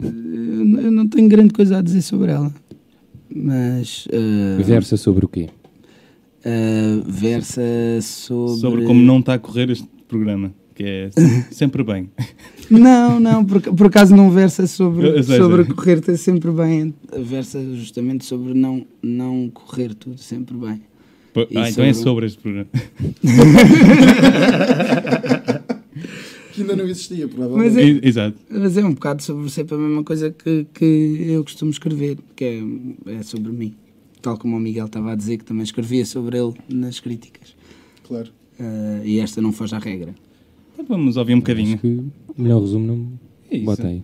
S4: Eu eu não tenho grande coisa a dizer sobre ela. Mas.
S5: eh,
S4: ah,
S1: Versa sobre o quê?
S4: ah, versa sobre.
S2: sobre como não está a correr este programa, que é se- sempre bem.
S4: Não, não, por, por acaso não versa
S2: Eu- eu
S4: sobre,
S2: sei,
S4: sobre
S2: sei.
S4: correr ter sempre bem. Versa justamente sobre não, não correr tudo sempre bem.
S2: Po-
S4: E
S2: Ah, então é
S4: sobre-
S2: sobre este programa.
S3: Que ainda não existia,
S4: Mas
S3: provavelmente.
S4: é,
S2: E- Exato.
S4: mas é um bocado sobre sempre a mesma coisa que, que eu costumo escrever, que é, é sobre mim. Tal como o Miguel estava a dizer, que também escrevia sobre ele nas críticas.
S2: é-
S3: Claro.
S4: Ah, e esta não foge à regra.
S2: Então vamos ouvir um bocadinho.
S1: Acho que o melhor resumo não.
S2: É isso.
S1: Bota aí.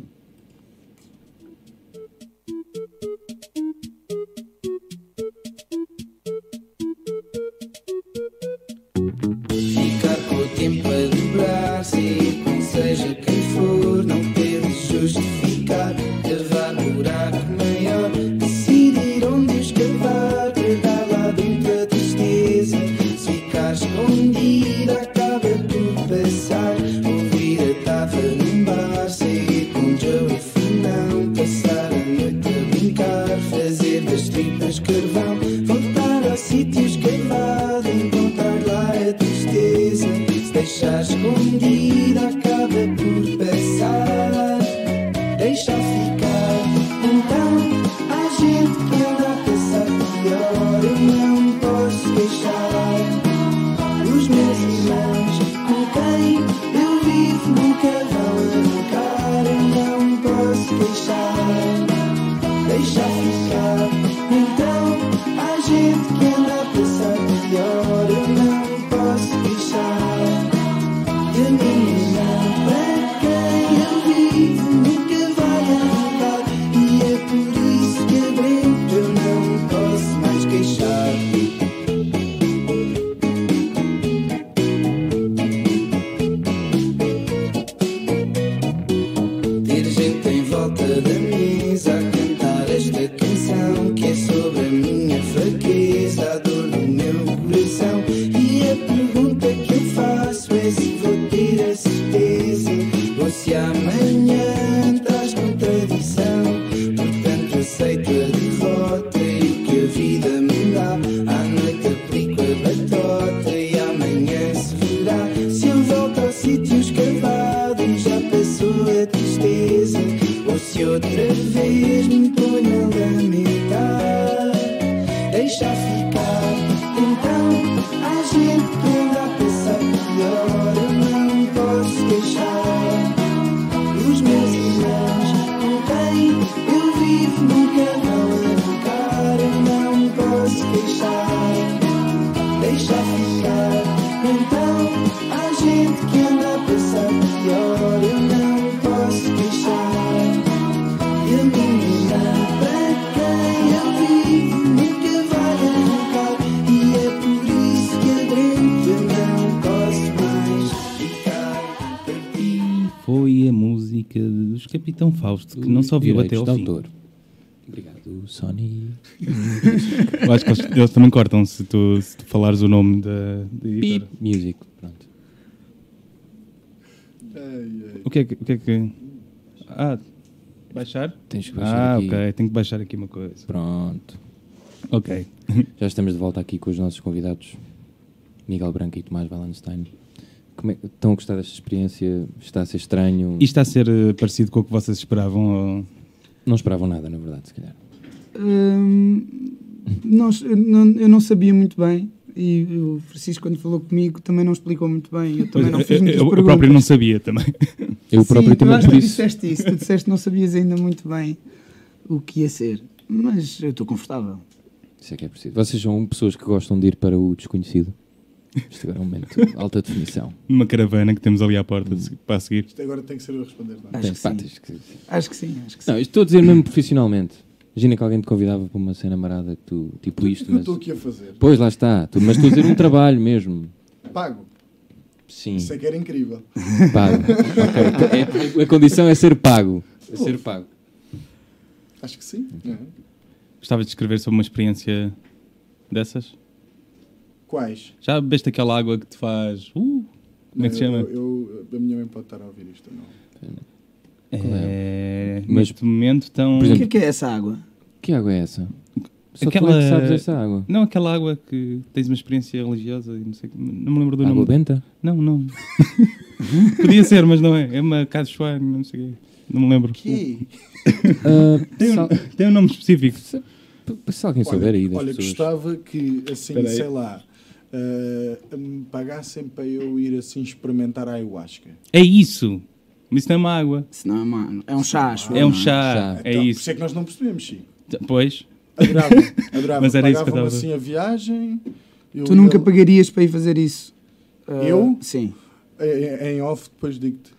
S4: Ficar com o tempo a dobrar, sair com seja quem for, não ter de justificar, cavar buraco maior, decidir onde escapar, guardar lá dentro a tristeza, se ficar escondida acaba por passar, ouvir a tava num bar, sair com Joe e Fernão, passar a noite a brincar, fazer das tripas carvão, voltar ao sítio escavado, encontrar lá a tristeza, se deixar escondida acaba por passar, deixa ficar. Então, há gente que anda a pensar pior, eu não posso deixar os meus irmãos com quem eu vivo nunca vão arrancar. Eu não posso deixar, deixar ficar. Então há gente que anda a pensar melhor. Eu não posso deixar de mim irmã para quem eu vivo nunca vai arrancar. E é por isso que adentro eu não posso mais queixar. Ter gente em volta da mesa a cantar esta canção que é sobre a minha fraqueza, a dor do meu coração. E a pergunta que eu faço é se vou ter a certeza ou se amanhã traz contradição. Portanto, aceito a derrota e o que a vida me dá. À noite aplico a batota e amanhã se verá. Se eu volto ao sítio escavado, já passou a tristeza. Ou se outra vez me ponho a lamentar, deixa ficar. Então, há gente que anda a pensar pior. Eu não posso deixar os meus irmãos com quem eu vivo nunca vão arrancar. Eu não posso deixar, deixar ficar. Então há gente que anda a pensar pior. Eu não posso deixar. E a minha irmã, para quem eu vivo, nunca vai arrancar. E é por isso que adentro eu não posso mais ficar perdido.
S2: Foi a música dos Capitão Fausto, que não só viu até
S1: Direitos
S2: ao
S1: de
S2: fim.
S1: autor. Obrigado, Sony.
S2: Eu acho que eles, eles também cortam se tu, se tu falares o nome da, da editora.
S1: Music, pronto.
S2: O que é que. O que, é que... Ah, baixar?
S1: Tens que baixar
S2: Ah,
S1: aqui.
S2: ok. Tenho que baixar aqui uma coisa.
S1: Pronto.
S2: Ok.
S1: Já estamos de volta aqui com os nossos convidados, Miguel Branco e Tomás Wallenstein. Como é- estão a gostar desta experiência? Está a ser estranho?
S2: Isto está a ser eh, parecido com o que vocês esperavam? ou-
S1: Não esperavam nada, na verdade, se calhar.
S4: Hum, nós- eu não, eu não sabia muito bem.
S5: e o Francisco, quando falou comigo, também não explicou muito bem. Eu também não fiz
S2: eu,
S5: muitas
S2: eu,
S5: perguntas.
S2: próprio não sabia também.
S1: Eu próprio
S5: Sim, eu
S1: também
S5: acho
S2: é
S5: que
S1: por
S5: tu
S1: isso.
S5: disseste isso. Tu disseste que não sabias ainda muito bem o que ia ser. Mas eu estou confortável.
S1: Isso é que é preciso. Vocês são pessoas que gostam de ir para o desconhecido. Isto agora é um momento de alta definição.
S2: Numa caravana que temos ali à porta de- para a seguir.
S3: Isto agora tem que ser eu a responder. Não? é?
S5: Acho
S1: Tem
S5: que sim.
S1: patas que-
S5: Acho que sim, acho que sim.
S1: Não, isto estou a dizer mesmo profissionalmente. Imagina que alguém te convidava para uma cena marada que tu, tipo
S3: O
S1: isto,
S3: que eu
S1: mas.
S3: estou aqui a fazer?
S1: Pois lá está, tu- mas estou a dizer um trabalho mesmo.
S3: Pago.
S1: Sim,
S3: Isso é que era incrível.
S1: pago. Ok, é- a condição é ser pago. É ser pago.
S3: Acho que sim. não é?
S2: Gostavas de escrever sobre uma experiência dessas?
S3: Quais?
S2: Já bebeste aquela água que te faz. Uh, como é que se chama?
S3: Eu, eu- eu- a minha mãe pode estar a ouvir isto. Não.
S2: É,
S1: Mas-
S2: neste momento estão.
S1: Por
S5: O
S1: exemplo,
S5: que é que é essa água?
S1: Que água é essa? Só
S2: Aquela-
S1: tu é que sabes essa água.
S2: Não, aquela água que tens uma experiência religiosa e não sei. Não me lembro do
S1: Água
S2: nome.
S1: benta?
S2: Não, não. Podia ser, mas não é. É uma cachoeira, não sei o quê. Não me lembro.
S3: Que?
S1: Ah,
S2: Tem, um-
S1: sal-
S2: tem um nome específico.
S1: se, se alguém
S5: é
S1: souber aí das
S3: olha
S1: pessoas.
S3: gostava que, assim,
S2: Espera aí.
S3: sei lá, ah, me pagassem para eu ir assim experimentar a ayahuasca.
S2: É isso! Mas isso não é uma água.
S5: Se não é uma... É um chá, acho eu,
S2: É um
S5: não
S2: chá.
S1: Ah, Chá.
S2: É
S3: Então, Por
S2: isso.
S3: isso é que nós não percebemos, Chico.
S2: Pois.
S3: Adorava, adorava.
S2: Mas era isso que eu
S3: Pagavam
S2: estava-
S3: assim a viagem. Eu
S5: Tu nunca
S3: ia-
S5: pagarias para ir fazer isso? Ah,
S3: Eu?
S5: Sim.
S3: Em, em off, depois digo-te.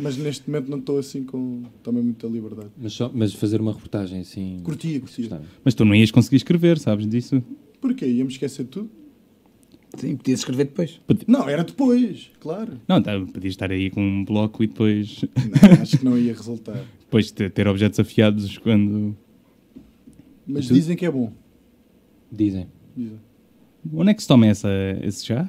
S3: Mas neste momento não estou assim com também muita liberdade.
S1: Mas, só- mas fazer uma reportagem assim.
S3: Curtia, curtia.
S1: Gostava.
S2: Mas tu não ias conseguir escrever, sabes disso?
S3: Porquê? Ia-me esquecer de tudo?
S5: Sim, podias escrever depois.
S3: Não, era depois, claro.
S2: Não, tá, podias estar aí com um bloco e depois,
S3: Não, acho que não ia resultar.
S2: depois te- ter objetos afiados quando.
S3: Mas dizem que é bom.
S1: Dizem.
S3: Dizem.
S2: Onde é que se toma essa, esse chá?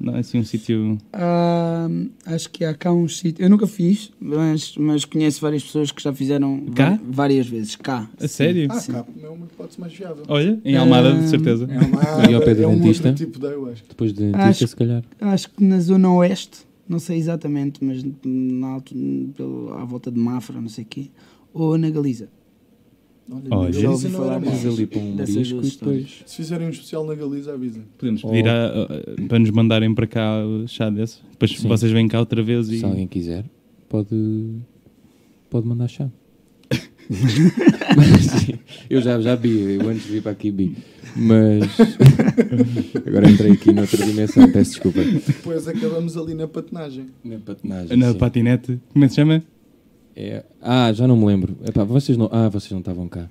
S2: Não é assim um sítio.
S5: Ah, acho que há cá uns sítios. Eu nunca fiz, mas, mas conheço várias pessoas que já fizeram
S2: Cá?
S5: va- várias vezes. Cá.
S2: A sério?
S3: Ah, cá é uma hipótese mais viável.
S2: Olha, em Almada,
S1: hum.
S2: de
S5: Ah,
S2: certeza.
S3: É, uma,
S1: E ao pé do
S3: é um
S1: dentista?
S3: outro tipo de ayahuasca.
S1: Depois de dentista,
S5: Acho-
S1: se calhar.
S5: Acho que na zona oeste, não sei exatamente, mas na alto, pelo- à
S4: Tá
S5: volta de Mafra, não sei o quê, ou na Galiza.
S3: Olha,
S2: Olha.
S3: na
S2: Já
S3: Galiza
S5: ouvi
S3: não era
S5: falar
S3: mau.
S1: Mas ali para um
S5: Dessas
S1: disco
S5: duas
S1: e depois.
S3: Se fizerem um especial na Galiza, avisem.
S2: Podemos
S1: Ou-
S2: pedir a- a- a- para nos mandarem para cá uh, chá desse. Depois
S1: Sim.
S2: vocês vêm cá outra vez e.
S1: Se alguém quiser, pode, pode mandar chá. Mas, sim, eu já, já bi, eu antes de vir para aqui bi. Mas agora entrei aqui noutra dimensão, peço desculpa.
S3: Depois acabamos ali na patinagem.
S1: Na patinagem.
S2: Na
S1: sim.
S2: patinete. Como é que se chama?
S1: É- ah, já não me lembro. Epá, vocês não, ah, vocês não estavam cá.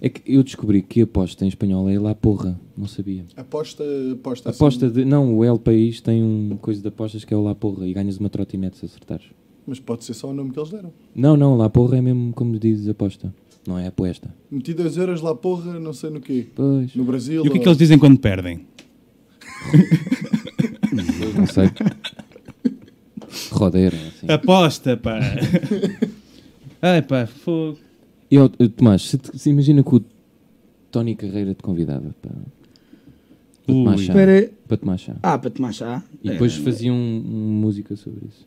S1: É que eu descobri que aposta em espanhol é lá porra, não sabia.
S3: Aposta, aposta. assim.
S1: Aposta de. Não, o El País tem um coisa de apostas que é o lá porra e ganhas uma trotinete se acertares.
S3: Mas pode ser só o nome que eles deram.
S1: Não, não, lá porra é mesmo como dizes aposta. Não é aposta.
S3: Meti 2 euros lá, porra, não sei no quê.
S1: Pois.
S3: No Brasil.
S2: E o que é que
S3: ou-
S2: eles dizem quando perdem?
S1: Não sei. Rodeira, assim.
S2: Aposta, pá! Ai, pá, fogo.
S1: E, ó, Tomás, se, te- se imagina que o Tony Carreira te convidava para, para tomar
S2: Ui.
S1: chá.
S5: Para-
S1: Para tomar chá.
S5: Ah, para tomar chá.
S1: E depois fazia um- uma música sobre isso.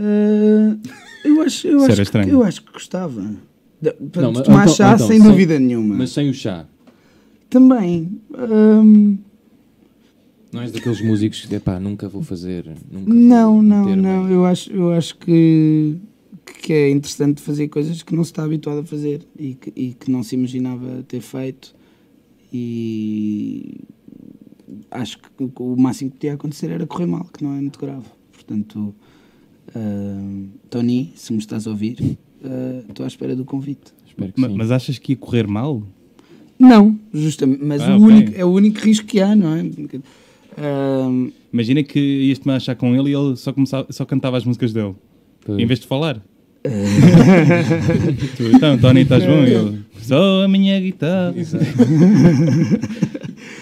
S5: Ah, eu, acho, eu,
S2: Isso era
S5: acho
S2: estranho.
S5: que, eu acho que gostava. De- para
S1: Não, mas-
S5: tomar
S1: então-
S5: chá
S1: então,
S5: sem
S1: sem-
S5: dúvida nenhuma.
S1: Mas sem o chá.
S5: Também. ah, ahm,
S1: Não és daqueles músicos que, pá, nunca vou fazer. Nunca
S5: Não,
S1: vou
S5: não,
S1: meter-me
S5: não.
S1: em-
S5: Eu acho, eu acho que, que é interessante fazer coisas que não se está habituado a fazer e que, e que não se imaginava ter feito. E acho que o- o máximo que podia acontecer era correr mal, que não é muito grave. Portanto, ah, Tony, se me estás a ouvir, ah, estou à espera do convite.
S1: Espero que
S2: Ma-
S1: sim.
S2: Mas achas que ia correr mal?
S5: Não, justamente, mas
S2: Ah,
S5: o
S2: ok.
S5: único, é o único risco que há, não é? Ah,
S2: Imagina que ias tomar chá com ele e ele só, começava, só cantava as músicas dele.
S1: Pois.
S2: Em vez de falar. Tu, então, Tony, estás bom? E Ele, só a minha guitarra.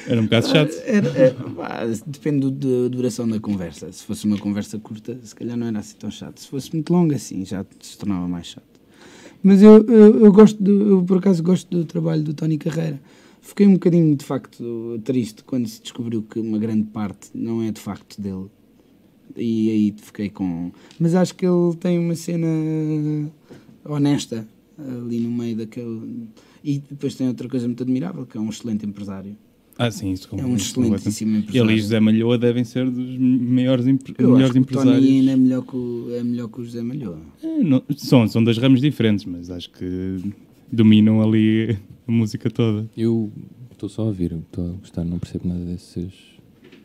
S2: Era um bocado chato.
S5: Era- era- é, pá, depende do- da duração da conversa. Se fosse uma conversa curta, se calhar não era assim tão chato. Se fosse muito longa, sim, já se tornava mais chato. Mas eu, eu, eu gosto, do- eu por acaso gosto do trabalho do Tony Carreira. Fiquei um bocadinho, de facto, triste quando se descobriu que uma grande parte não é de facto dele. E aí fiquei com. um. Mas acho que ele tem uma cena eh, ah, honesta ali no meio daquele. E depois tem outra coisa muito admirável, que é um excelente empresário
S2: Ah, sim, isso
S5: É um excelentíssimo
S2: Ele e
S5: empresário.
S2: José Malhoa devem ser dos maiores, empre-
S5: Eu
S2: melhores
S5: acho que o
S2: empresários.
S5: Tony ainda é melhor que o, é melhor que o José Malhoa.
S2: É, não- são, são dois ramos diferentes, mas acho que dominam ali a música toda.
S1: Eu estou só a ouvir, estou a gostar, não percebo nada desses,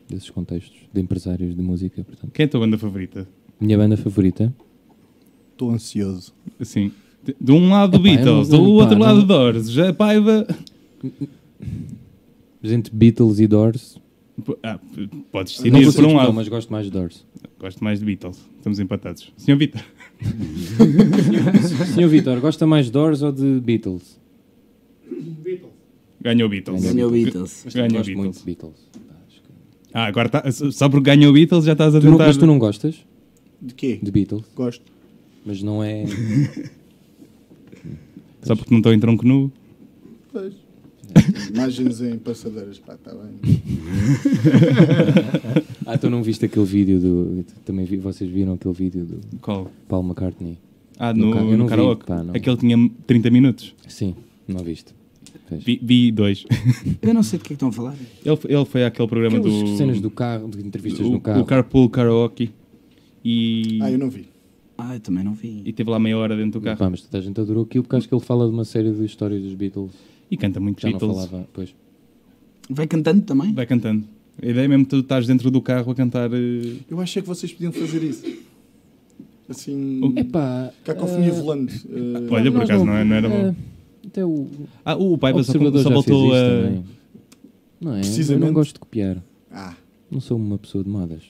S1: desses contextos de empresários de música, portanto.
S2: Quem é a tua banda favorita?
S1: Minha banda favorita?
S3: Estou ansioso.
S2: Assim, de, de um lado
S1: Epá, eu
S2: Beatles,
S1: não-
S2: do
S1: pá,
S2: outro
S1: não-
S2: lado Doors, já Paiva...
S1: Gente, Beatles e Doors.
S2: Ah, p- podes
S1: não
S2: decidir por
S1: consigo,
S2: um
S1: não,
S2: lado.
S1: mas gosto mais de Doors.
S2: Gosto mais de Beatles. Estamos empatados. Senhor Vitor,
S1: Senhor Vitor, gosta mais de Doors ou de Beatles?
S2: ganhou Beatles.
S5: Ganhou o Beatles.
S2: Ganhou
S1: gosto
S2: Beatles.
S1: muito de Beatles. Pá, acho que-
S2: Ah, agora tá, só porque ganhou Beatles já estás a
S1: Tu não,
S2: tentar...
S1: mas tu não gostas
S3: De quê?
S1: de Beatles,
S3: Gosto.
S1: mas não é.
S2: Só porque não estou em tronco nu.
S3: Pois. É, Imagens em passadeiras, pá, está bem.
S1: Ah, tu não viste aquele vídeo do. Também vi- vocês viram aquele vídeo do
S2: Qual?
S1: Paul McCartney?
S2: Ah,
S1: No
S2: no,
S1: ca- eu
S2: no
S1: não vi,
S2: karaoke.
S1: pá, não.
S2: Aquele tinha 30 minutos.
S1: Sim, não viste. Pois.
S2: Vi, vi dois.
S5: Eu não sei do que é que estão a falar.
S2: Ele, foi- ele foi àquele programa
S1: Aquelas
S2: do...
S1: cenas do carro, de entrevistas
S2: o,
S1: no carro.
S2: o Carpool Karaoke. E,
S3: Ah, eu não vi.
S5: Ah, eu também não vi.
S2: e teve lá meia hora dentro do carro.
S1: Pá, mas toda a gente adorou aquilo porque acho que ele fala de uma série de histórias dos Beatles.
S2: E canta muito
S1: Já não
S2: Beatles.
S1: falava. Pois.
S5: Vai cantando também?
S2: Vai cantando. A ideia é mesmo que tu estás dentro do carro a cantar... eh,
S3: Eu achei que vocês podiam fazer isso. Assim.
S1: Epá,
S3: Cacofonia
S1: ah,
S3: volante. eh,
S2: Olha, por
S1: nós
S2: acaso não, é- não era bom.
S1: ah, Até o
S2: Ah, o Paiva só,
S1: observador
S2: só
S1: já fez
S2: voltou
S1: isto
S2: a...
S1: também. Não é? Eu
S3: Precisamente.
S1: não gosto de copiar.
S3: Ah,
S1: Não sou uma pessoa de modas.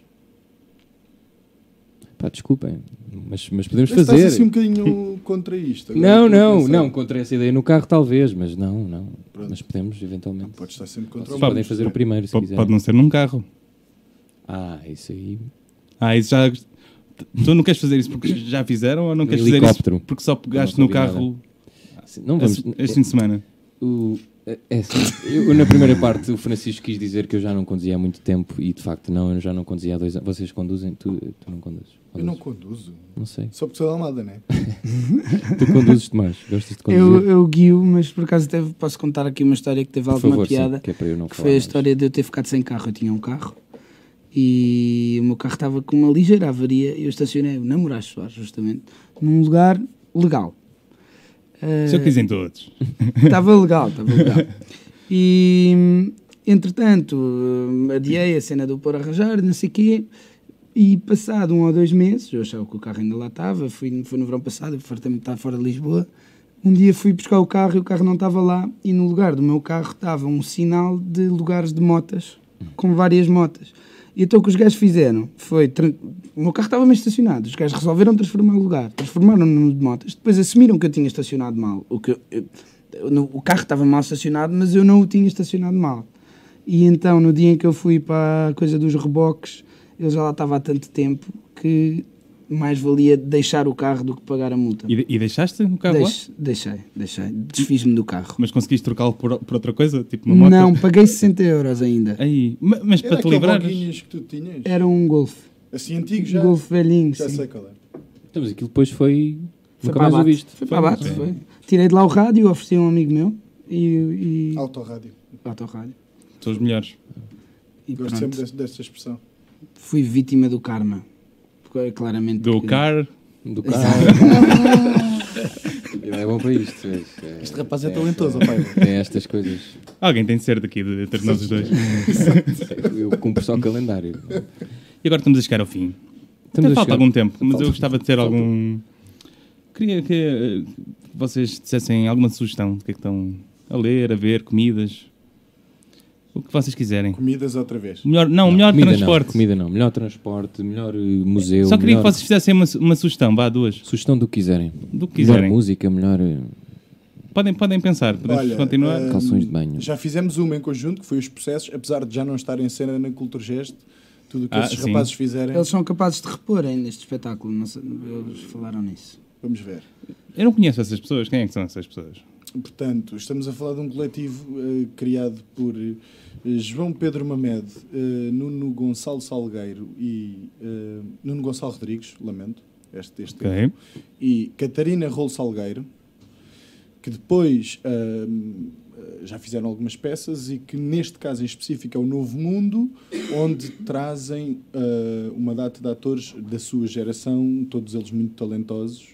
S1: Pá, desculpem, mas, mas podemos
S3: mas estás
S1: fazer.
S3: assim um bocadinho contra isto. agora
S1: Não,
S3: estou a
S1: não,
S3: pensar.
S1: não, contra essa ideia no carro talvez, mas não, não.
S3: Pronto.
S1: Mas podemos eventualmente.
S3: Podes estar sempre contra
S1: Vocês
S3: o
S1: podem
S3: mundo.
S1: fazer o primeiro se
S2: Po-
S1: quiserem.
S2: Pode não ser num carro.
S1: Ah, isso aí.
S2: Ah, isso já. Tu não queres fazer isso porque já fizeram ou não
S1: No
S2: queres fazer
S1: helicóptero.
S2: isso porque só pegaste
S1: Não
S2: no
S1: combinado.
S2: carro
S1: Ah, Sim, Não vamos.
S2: esse- este fim de semana?
S1: O- é- é assim, eu, na primeira parte, o Francisco quis dizer que eu já não conduzia há muito tempo e de facto não, eu já não conduzia há dois anos. Vocês conduzem? Tu, tu não conduzes?
S3: Eu não
S1: Conduzes?
S3: conduzo.
S1: Não sei.
S3: Só porque sou da Almada, né?
S1: Tu conduzes demais? Gostas de
S4: Eu,
S1: conduzir?
S4: eu guio, mas por acaso teve, posso contar aqui uma história que teve
S1: Por
S4: alguma
S1: favor, sim,
S4: piada.
S1: que é para eu não
S4: que
S1: falar.
S4: foi a
S1: mais.
S4: história de eu ter ficado sem carro. Eu tinha um carro e o meu carro estava com uma ligeira avaria e eu estacionei na Moraes Soares, justamente, num lugar legal. Ah,
S2: Isso é o que dizem todos.
S4: Estava legal, estava legal. E, entretanto, hum, adiei a cena do pôr a arranjar, não sei o quê, e passado um ou dois meses, eu achava que o carro ainda lá estava, fui, foi no verão passado, eu fartei-me de estar fora de Lisboa, um dia fui buscar o carro e o carro não estava lá, e no lugar do meu carro estava um sinal de lugares de motas, com várias motas. E então o que os gajos fizeram foi. tran- O meu carro estava meio estacionado. Os gajos resolveram transformar o lugar. Transformaram-no de motas. Depois assumiram que eu tinha estacionado mal. O, que eu- eu- eu não- o carro estava mal estacionado, mas eu não o tinha estacionado mal. E então, no dia em que eu fui para a coisa dos reboques, eu já lá estava há tanto tempo que mais valia deixar o carro do que pagar a multa.
S2: E, de- e deixaste o carro lá?
S4: Deix- deixei, deixei. Desfiz-me do carro.
S2: Mas conseguiste trocá-lo por, por outra coisa? Tipo uma moto?
S4: Não, paguei 60 euros ainda.
S2: Aí, ma- mas
S3: Era
S2: para te
S3: aquele
S2: livrares.
S3: boquinhas é que tu
S2: É.
S3: tinhas?
S4: Era um Golf.
S3: Assim antigo já?
S4: Um Golf velhinho.
S3: Já
S4: sim.
S3: sei qual é.
S1: Então, mas aquilo depois foi.
S4: Foi
S1: Nunca
S4: para
S1: mais
S4: abate.
S1: ouviste.
S4: Foi para abate,
S2: Sim.
S4: foi. Tirei de lá o rádio, ofereci a um amigo meu e. e...
S3: Autorádio.
S4: Autorrádio.
S2: São os melhores.
S4: E
S3: Gosto sempre
S4: pronto.
S3: desta, desta expressão.
S4: Fui vítima do karma. Porque, é Claramente.
S2: Do
S4: que-
S2: car.
S1: Do carro. Ele é bom para isto. Este,
S3: Este rapaz é talentoso, pai.
S1: É estas coisas.
S2: Alguém tem de ser daqui, de, entre nós os dois. E
S1: Eu cumpro só o calendário.
S2: agora estamos a chegar ao fim.
S1: Estamos
S2: Até
S1: a
S2: falta
S1: chegar-
S2: algum tempo, mas
S1: Falta. um
S2: eu gostava de ter algum. Queria que eh, vocês dissessem alguma sugestão do que é que estão a ler, a ver, comidas. O que vocês quiserem.
S3: Comidas outra vez.
S2: Melhor, não, melhor
S1: comida
S2: transporte.
S1: Não, comida não. Melhor transporte, melhor eh, museu.
S2: Só queria
S1: melhor-
S2: que vocês fizessem uma, su- uma sugestão, vá, duas.
S1: Sugestão do que quiserem.
S2: Do que quiserem.
S1: Melhor música, melhor eh,
S2: Podem, podem pensar, podemos
S3: Olha,
S2: continuar.
S3: eh,
S1: calções de banho.
S3: Já fizemos uma em conjunto, que foi os processos, apesar de já não estar em cena na Cultura Gesto, tudo o que
S2: Ah,
S3: esses
S2: sim.
S3: rapazes fizerem,
S4: Eles são capazes de repor ainda este espetáculo. não sei- eles falaram nisso.
S3: vamos ver.
S2: Eu não conheço essas pessoas, quem é que são essas pessoas?
S3: Portanto, estamos a falar de um coletivo eh, criado por eh, João Pedro Mamed, eh, Nuno Gonçalo Salgueiro e eh, Nuno Gonçalo Rodrigues, lamento, este, este
S2: Ok.
S3: e Catarina Rolo Salgueiro, que depois hum, já fizeram algumas peças e que neste caso em específico é o Novo Mundo, onde trazem hum, uma data de atores da sua geração, todos eles muito talentosos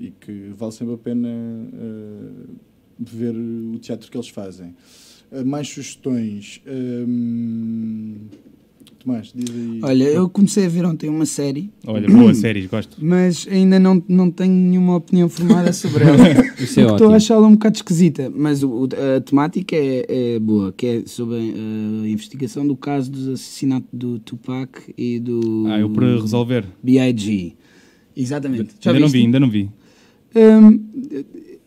S3: e que vale sempre a pena hum, ver o teatro que eles fazem. Uh, mais sugestões. Hum, Tomás, diz aí.
S4: Olha, eu comecei a ver ontem uma série,
S2: Olha, boa séries, gosto.
S4: mas ainda não, não tenho nenhuma opinião formada sobre
S1: Isso
S4: ela.
S1: é
S4: Porque Estou a
S1: ótimo.
S4: achá-la um bocado esquisita, mas o- o- a temática é, é boa, que é sobre a, a investigação do caso do assassinato do Tupac e do
S2: Ah, eu para resolver.
S4: B.I.G. Exatamente. Já
S2: ainda não
S4: viste?
S2: vi, ainda não vi.
S4: Hum, eu-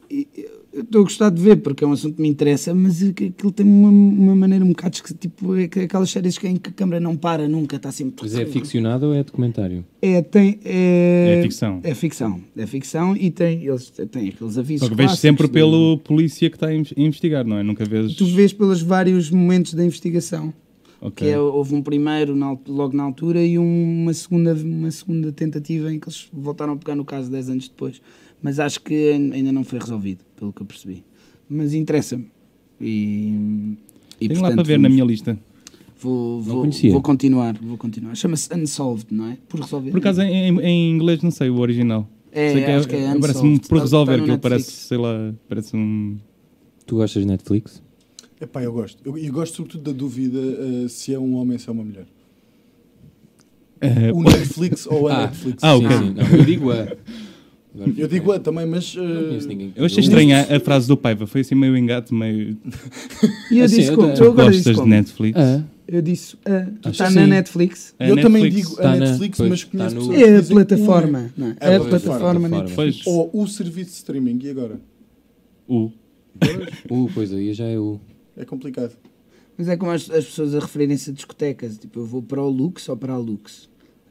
S4: eu- eu Estou a gostar de ver porque é um assunto que me interessa, mas é que aquilo tem uma, uma maneira um bocado esquisita, tipo é que- aquelas séries que- em que a câmara não para nunca, está sempre.
S1: Mas é ficcionado ou é documentário?
S4: É, tem, é,
S2: É ficção.
S4: É ficção. É ficção e tem, eles, tem aqueles avisos.
S2: Só que vejo
S4: clássicos
S2: sempre
S4: de-
S2: pelo polícia que está a in- a investigar, não é? Nunca vês.
S4: Tu vês pelos vários momentos da investigação.
S2: Ok.
S4: Que é, houve um primeiro na al- logo na altura e um- uma segunda, uma segunda tentativa em que eles voltaram a pegar no caso 10 anos depois. Mas acho que ain- ainda não foi resolvido, pelo que eu percebi. Mas interessa-me. E, e
S2: Tenho lá para
S4: portanto,
S2: ver na minha lista.
S4: Vou, vou,
S1: conhecia.
S4: vou continuar, vou continuar. Chama-se Unsolved, não é? Por resolver.
S2: Por acaso em, em- em inglês não sei o original.
S4: É,
S2: sei
S4: acho que é Unsolved.
S2: parece um por
S4: Tá-
S2: resolver,
S4: tá no
S2: que ele parece,
S4: Netflix.
S2: sei lá, parece um.
S1: Tu gostas de Netflix?
S3: Epá, eu gosto. Eu, eu gosto sobretudo da dúvida eh, se é um homem ou se é uma mulher. O Netflix ou a Netflix.
S2: Ah, ok.
S1: Sim, sim. Não, eu digo a. Agora
S3: Eu digo a também, mas. eh,
S1: Não conheço ninguém.
S2: Eu achei estranha a, a frase do Paiva, foi assim meio engato, meio.
S4: E eu
S1: Assim,
S4: disse
S1: eu
S4: como?
S1: te-
S4: Tu agora dizes
S2: Gostas de
S4: como?
S2: Netflix?
S1: Ah,
S4: Eu disse, ah, tu
S1: Acho
S4: está
S1: que
S4: na
S1: sim.
S4: Netflix.
S2: A
S3: eu também
S2: Netflix-
S3: digo
S1: tá
S3: a
S1: na-
S3: Netflix,
S1: pois,
S3: mas conheço
S1: tá no-
S3: pessoas que
S4: É a
S3: dizem
S4: plataforma. Não,
S3: É
S4: é, a
S3: a plataforma.
S4: plataforma Netflix.
S1: Pois.
S2: Pois,
S3: um Ou o serviço de streaming, e agora?
S2: o.
S1: Uh, pois aí já é o.
S3: É complicado.
S4: Mas é como as, as pessoas a referirem-se a discotecas. Tipo, eu vou para o Lux ou para a Lux?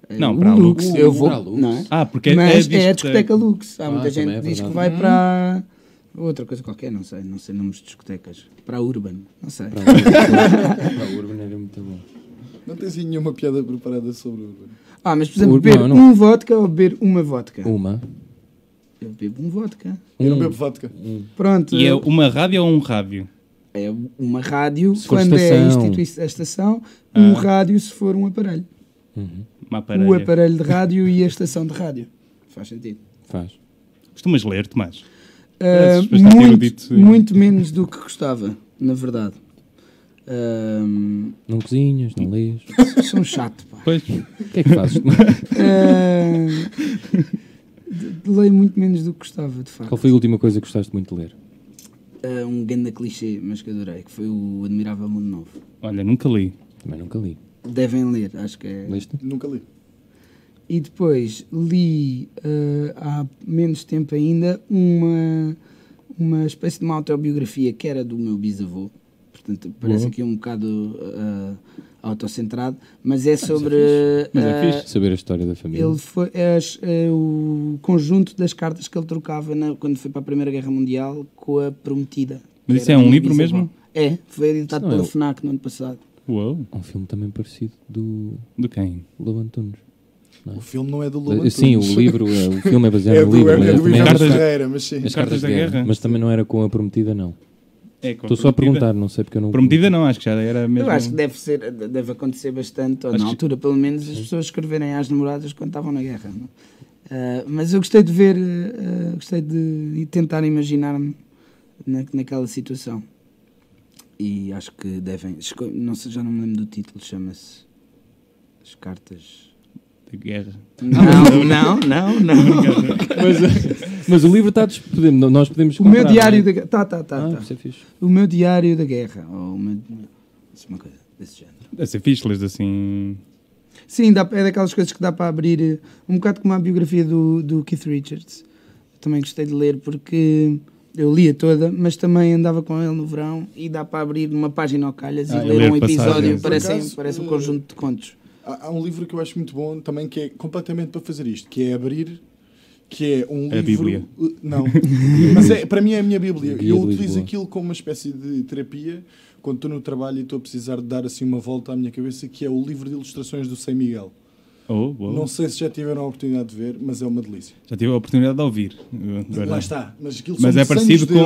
S4: É,
S2: Não,
S4: o
S2: para a Lux.
S4: Eu vou,
S1: Para a Lux.
S4: não é?
S2: Ah, porque é-
S4: Mas
S2: é,
S4: é, a discoteca Lux. Há
S1: Ah,
S4: muita
S1: também
S4: gente
S1: é
S4: que diz que vai
S1: verdade. Hum.
S4: para outra coisa qualquer, não sei, não sei nomes de discotecas. Para a Urban, não sei.
S1: Para o- para o Urban era muito bom.
S3: Não tens aí nenhuma piada preparada sobre o.
S4: Ah, mas por exemplo,
S1: Urban,
S4: beber
S1: não, não.
S4: um vodka ou beber uma vodka?
S1: Uma.
S4: Eu bebo um vodka.
S3: Eu não bebo vodka.
S4: Pronto.
S2: E é uma rádio ou um rádio?
S4: É uma rádio,
S1: Se for
S4: quando é a,
S1: estação.
S4: institui- a estação, um rádio se for um aparelho.
S2: Uma aparelha.
S4: O aparelho de rádio e a estação de rádio. Faz sentido.
S1: Faz.
S2: Costumas ler, Tomás?
S4: Ah,
S2: Pareces bastante erudito,
S4: muito,
S2: sim.
S4: muito menos do que gostava, na verdade. Ah,
S1: Não cozinhas, não lês.
S4: sou um chato, pá.
S2: Pois.
S1: O que é que fazes?
S4: Ah, de- de- leio muito menos do que gostava, de facto.
S1: Qual foi a última coisa que gostaste muito de ler?
S4: Ah, um grande clichê, mas que adorei, que foi o Admirável Mundo Novo.
S2: Olha, nunca li.
S1: Também nunca li.
S4: Devem ler, acho que é.
S1: Leste?
S3: Nunca li.
S4: E depois li eh, há menos tempo ainda uma, uma espécie de uma autobiografia que era do meu bisavô. Portanto, parece aqui um bocado eh, autocentrado, mas é sobre.
S1: Mas é
S4: eh,
S1: fixe saber a história da família.
S4: ele foi as- eh, o conjunto das cartas que ele trocava na- quando foi para a Primeira Guerra Mundial com a prometida.
S2: Mas
S4: que
S2: isso
S4: era
S2: é um
S4: minha
S2: livro
S4: bisavó.
S2: mesmo?
S4: É, foi
S1: Isso
S4: editado
S1: não é
S4: pela
S1: o-
S4: FNAC no ano passado.
S2: Uou.
S1: Um filme também parecido do
S2: Do quem?
S1: Lobo Antunes.
S3: O filme não é do Lobo
S1: Eh, Sim,
S3: Antunes.
S1: o livro, eh, o filme é baseado
S3: É
S1: no
S3: do,
S1: livro.
S3: é,
S1: mas
S3: é
S1: ele
S3: do
S1: também
S3: Ivan
S1: era-
S2: Cartas-
S3: Ferreira, mas sim.
S1: As cartas, da, guerra. Mas também não era com a prometida, não.
S2: É, com
S1: Estou só a
S2: prometida.
S1: perguntar, não sei porque eu não.
S2: Prometida não, acho que já era mesmo.
S4: Eu acho que deve, ser, deve acontecer bastante, ou
S2: Acho
S4: na
S2: que-
S4: altura pelo menos, as pessoas escreverem às namoradas quando estavam na guerra. não? Ah, mas eu gostei de ver, ah, gostei de tentar imaginar-me na, naquela situação. E acho que devem. esco- Não sei, já não me lembro do título, chama-se As Cartas.
S2: Da guerra.
S4: Não, não, não, não.
S1: Mas o livro está disponível, nós podemos.
S4: O meu
S1: comprar,
S4: diário
S1: não
S4: da
S1: é?
S4: guerra. Tá, tá, tá,
S1: Ah,
S4: tá.
S1: isso é fixe.
S4: O meu diário da guerra. Ou o meu... Isso é uma coisa desse género.
S2: Deve ser fixe, lês assim.
S4: Sim, dá- é daquelas coisas que dá para abrir, eh, um bocado como a biografia do, do Keith Richards. Também gostei de ler porque eu lia toda, mas também andava com ele no verão e dá para abrir uma página ao calhas e
S2: Ah, e
S4: ler um
S2: ler
S4: episódio,
S2: passagens.
S3: Por
S4: parece,
S3: acaso,
S4: parece um
S3: eh,
S4: conjunto de contos.
S3: Há, há um livro que eu acho muito bom também, que é completamente para fazer isto, que é abrir, que é um
S2: A
S3: livro...
S2: Bíblia.
S3: Uh, Não, mas é, para mim é a minha Bíblia.
S1: Guia
S3: Eu
S1: de
S3: utilizo
S1: Lisboa.
S3: aquilo como uma espécie de terapia quando estou no trabalho e estou a precisar de dar assim uma volta à minha cabeça, que é o livro de ilustrações do Sem Miguel.
S2: Oh, boa.
S3: Não sei se já tiveram a oportunidade de ver, mas é uma delícia.
S2: Já tive a oportunidade de ouvir. Agora-
S3: Lá está. Mas, aquilo
S2: Mas
S3: são
S2: é parecido
S3: desenhos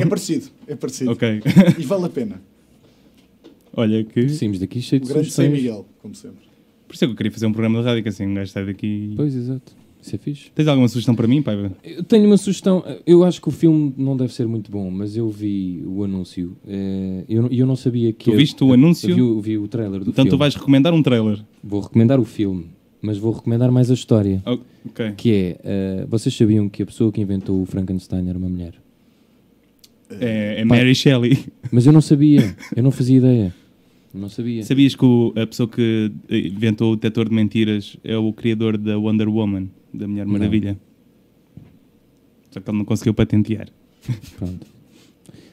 S2: com-
S3: É parecido, é parecido.
S2: Ok.
S3: E vale a pena.
S2: Olha que.
S1: Saímos daqui cheio
S3: O
S1: de
S3: grande Sem
S1: sugestões.
S3: Miguel, como sempre.
S2: Por isso é que eu queria fazer um programa de rádio, que assim um gajo sai daqui.
S1: Pois, exato. Isso é fixe.
S2: Tens alguma sugestão para mim, Paiva?
S1: Eu tenho uma sugestão. Eu acho que o filme não deve ser muito bom, mas eu vi o anúncio eh, e eu, não- e eu não sabia que.
S2: Tu
S1: era-
S2: viste
S1: Eu
S2: o
S1: vi,
S2: anúncio,
S1: o- vi o trailer do
S2: então
S1: filme.
S2: tu vais recomendar um trailer.
S1: Vou recomendar o filme, mas vou recomendar mais a história.
S2: Oh, ok.
S1: Que é. eh, vocês sabiam que a pessoa que inventou o Frankenstein era uma mulher?
S2: É, é Mary Shelley.
S1: Mas eu não sabia. Eu não fazia ideia. Eu não sabia.
S2: Sabias que o- a pessoa que eh, inventou o detector de mentiras é o criador da Wonder Woman, da Mulher
S1: Não.
S2: Maravilha? Só que ele não conseguiu patentear.
S1: Pronto.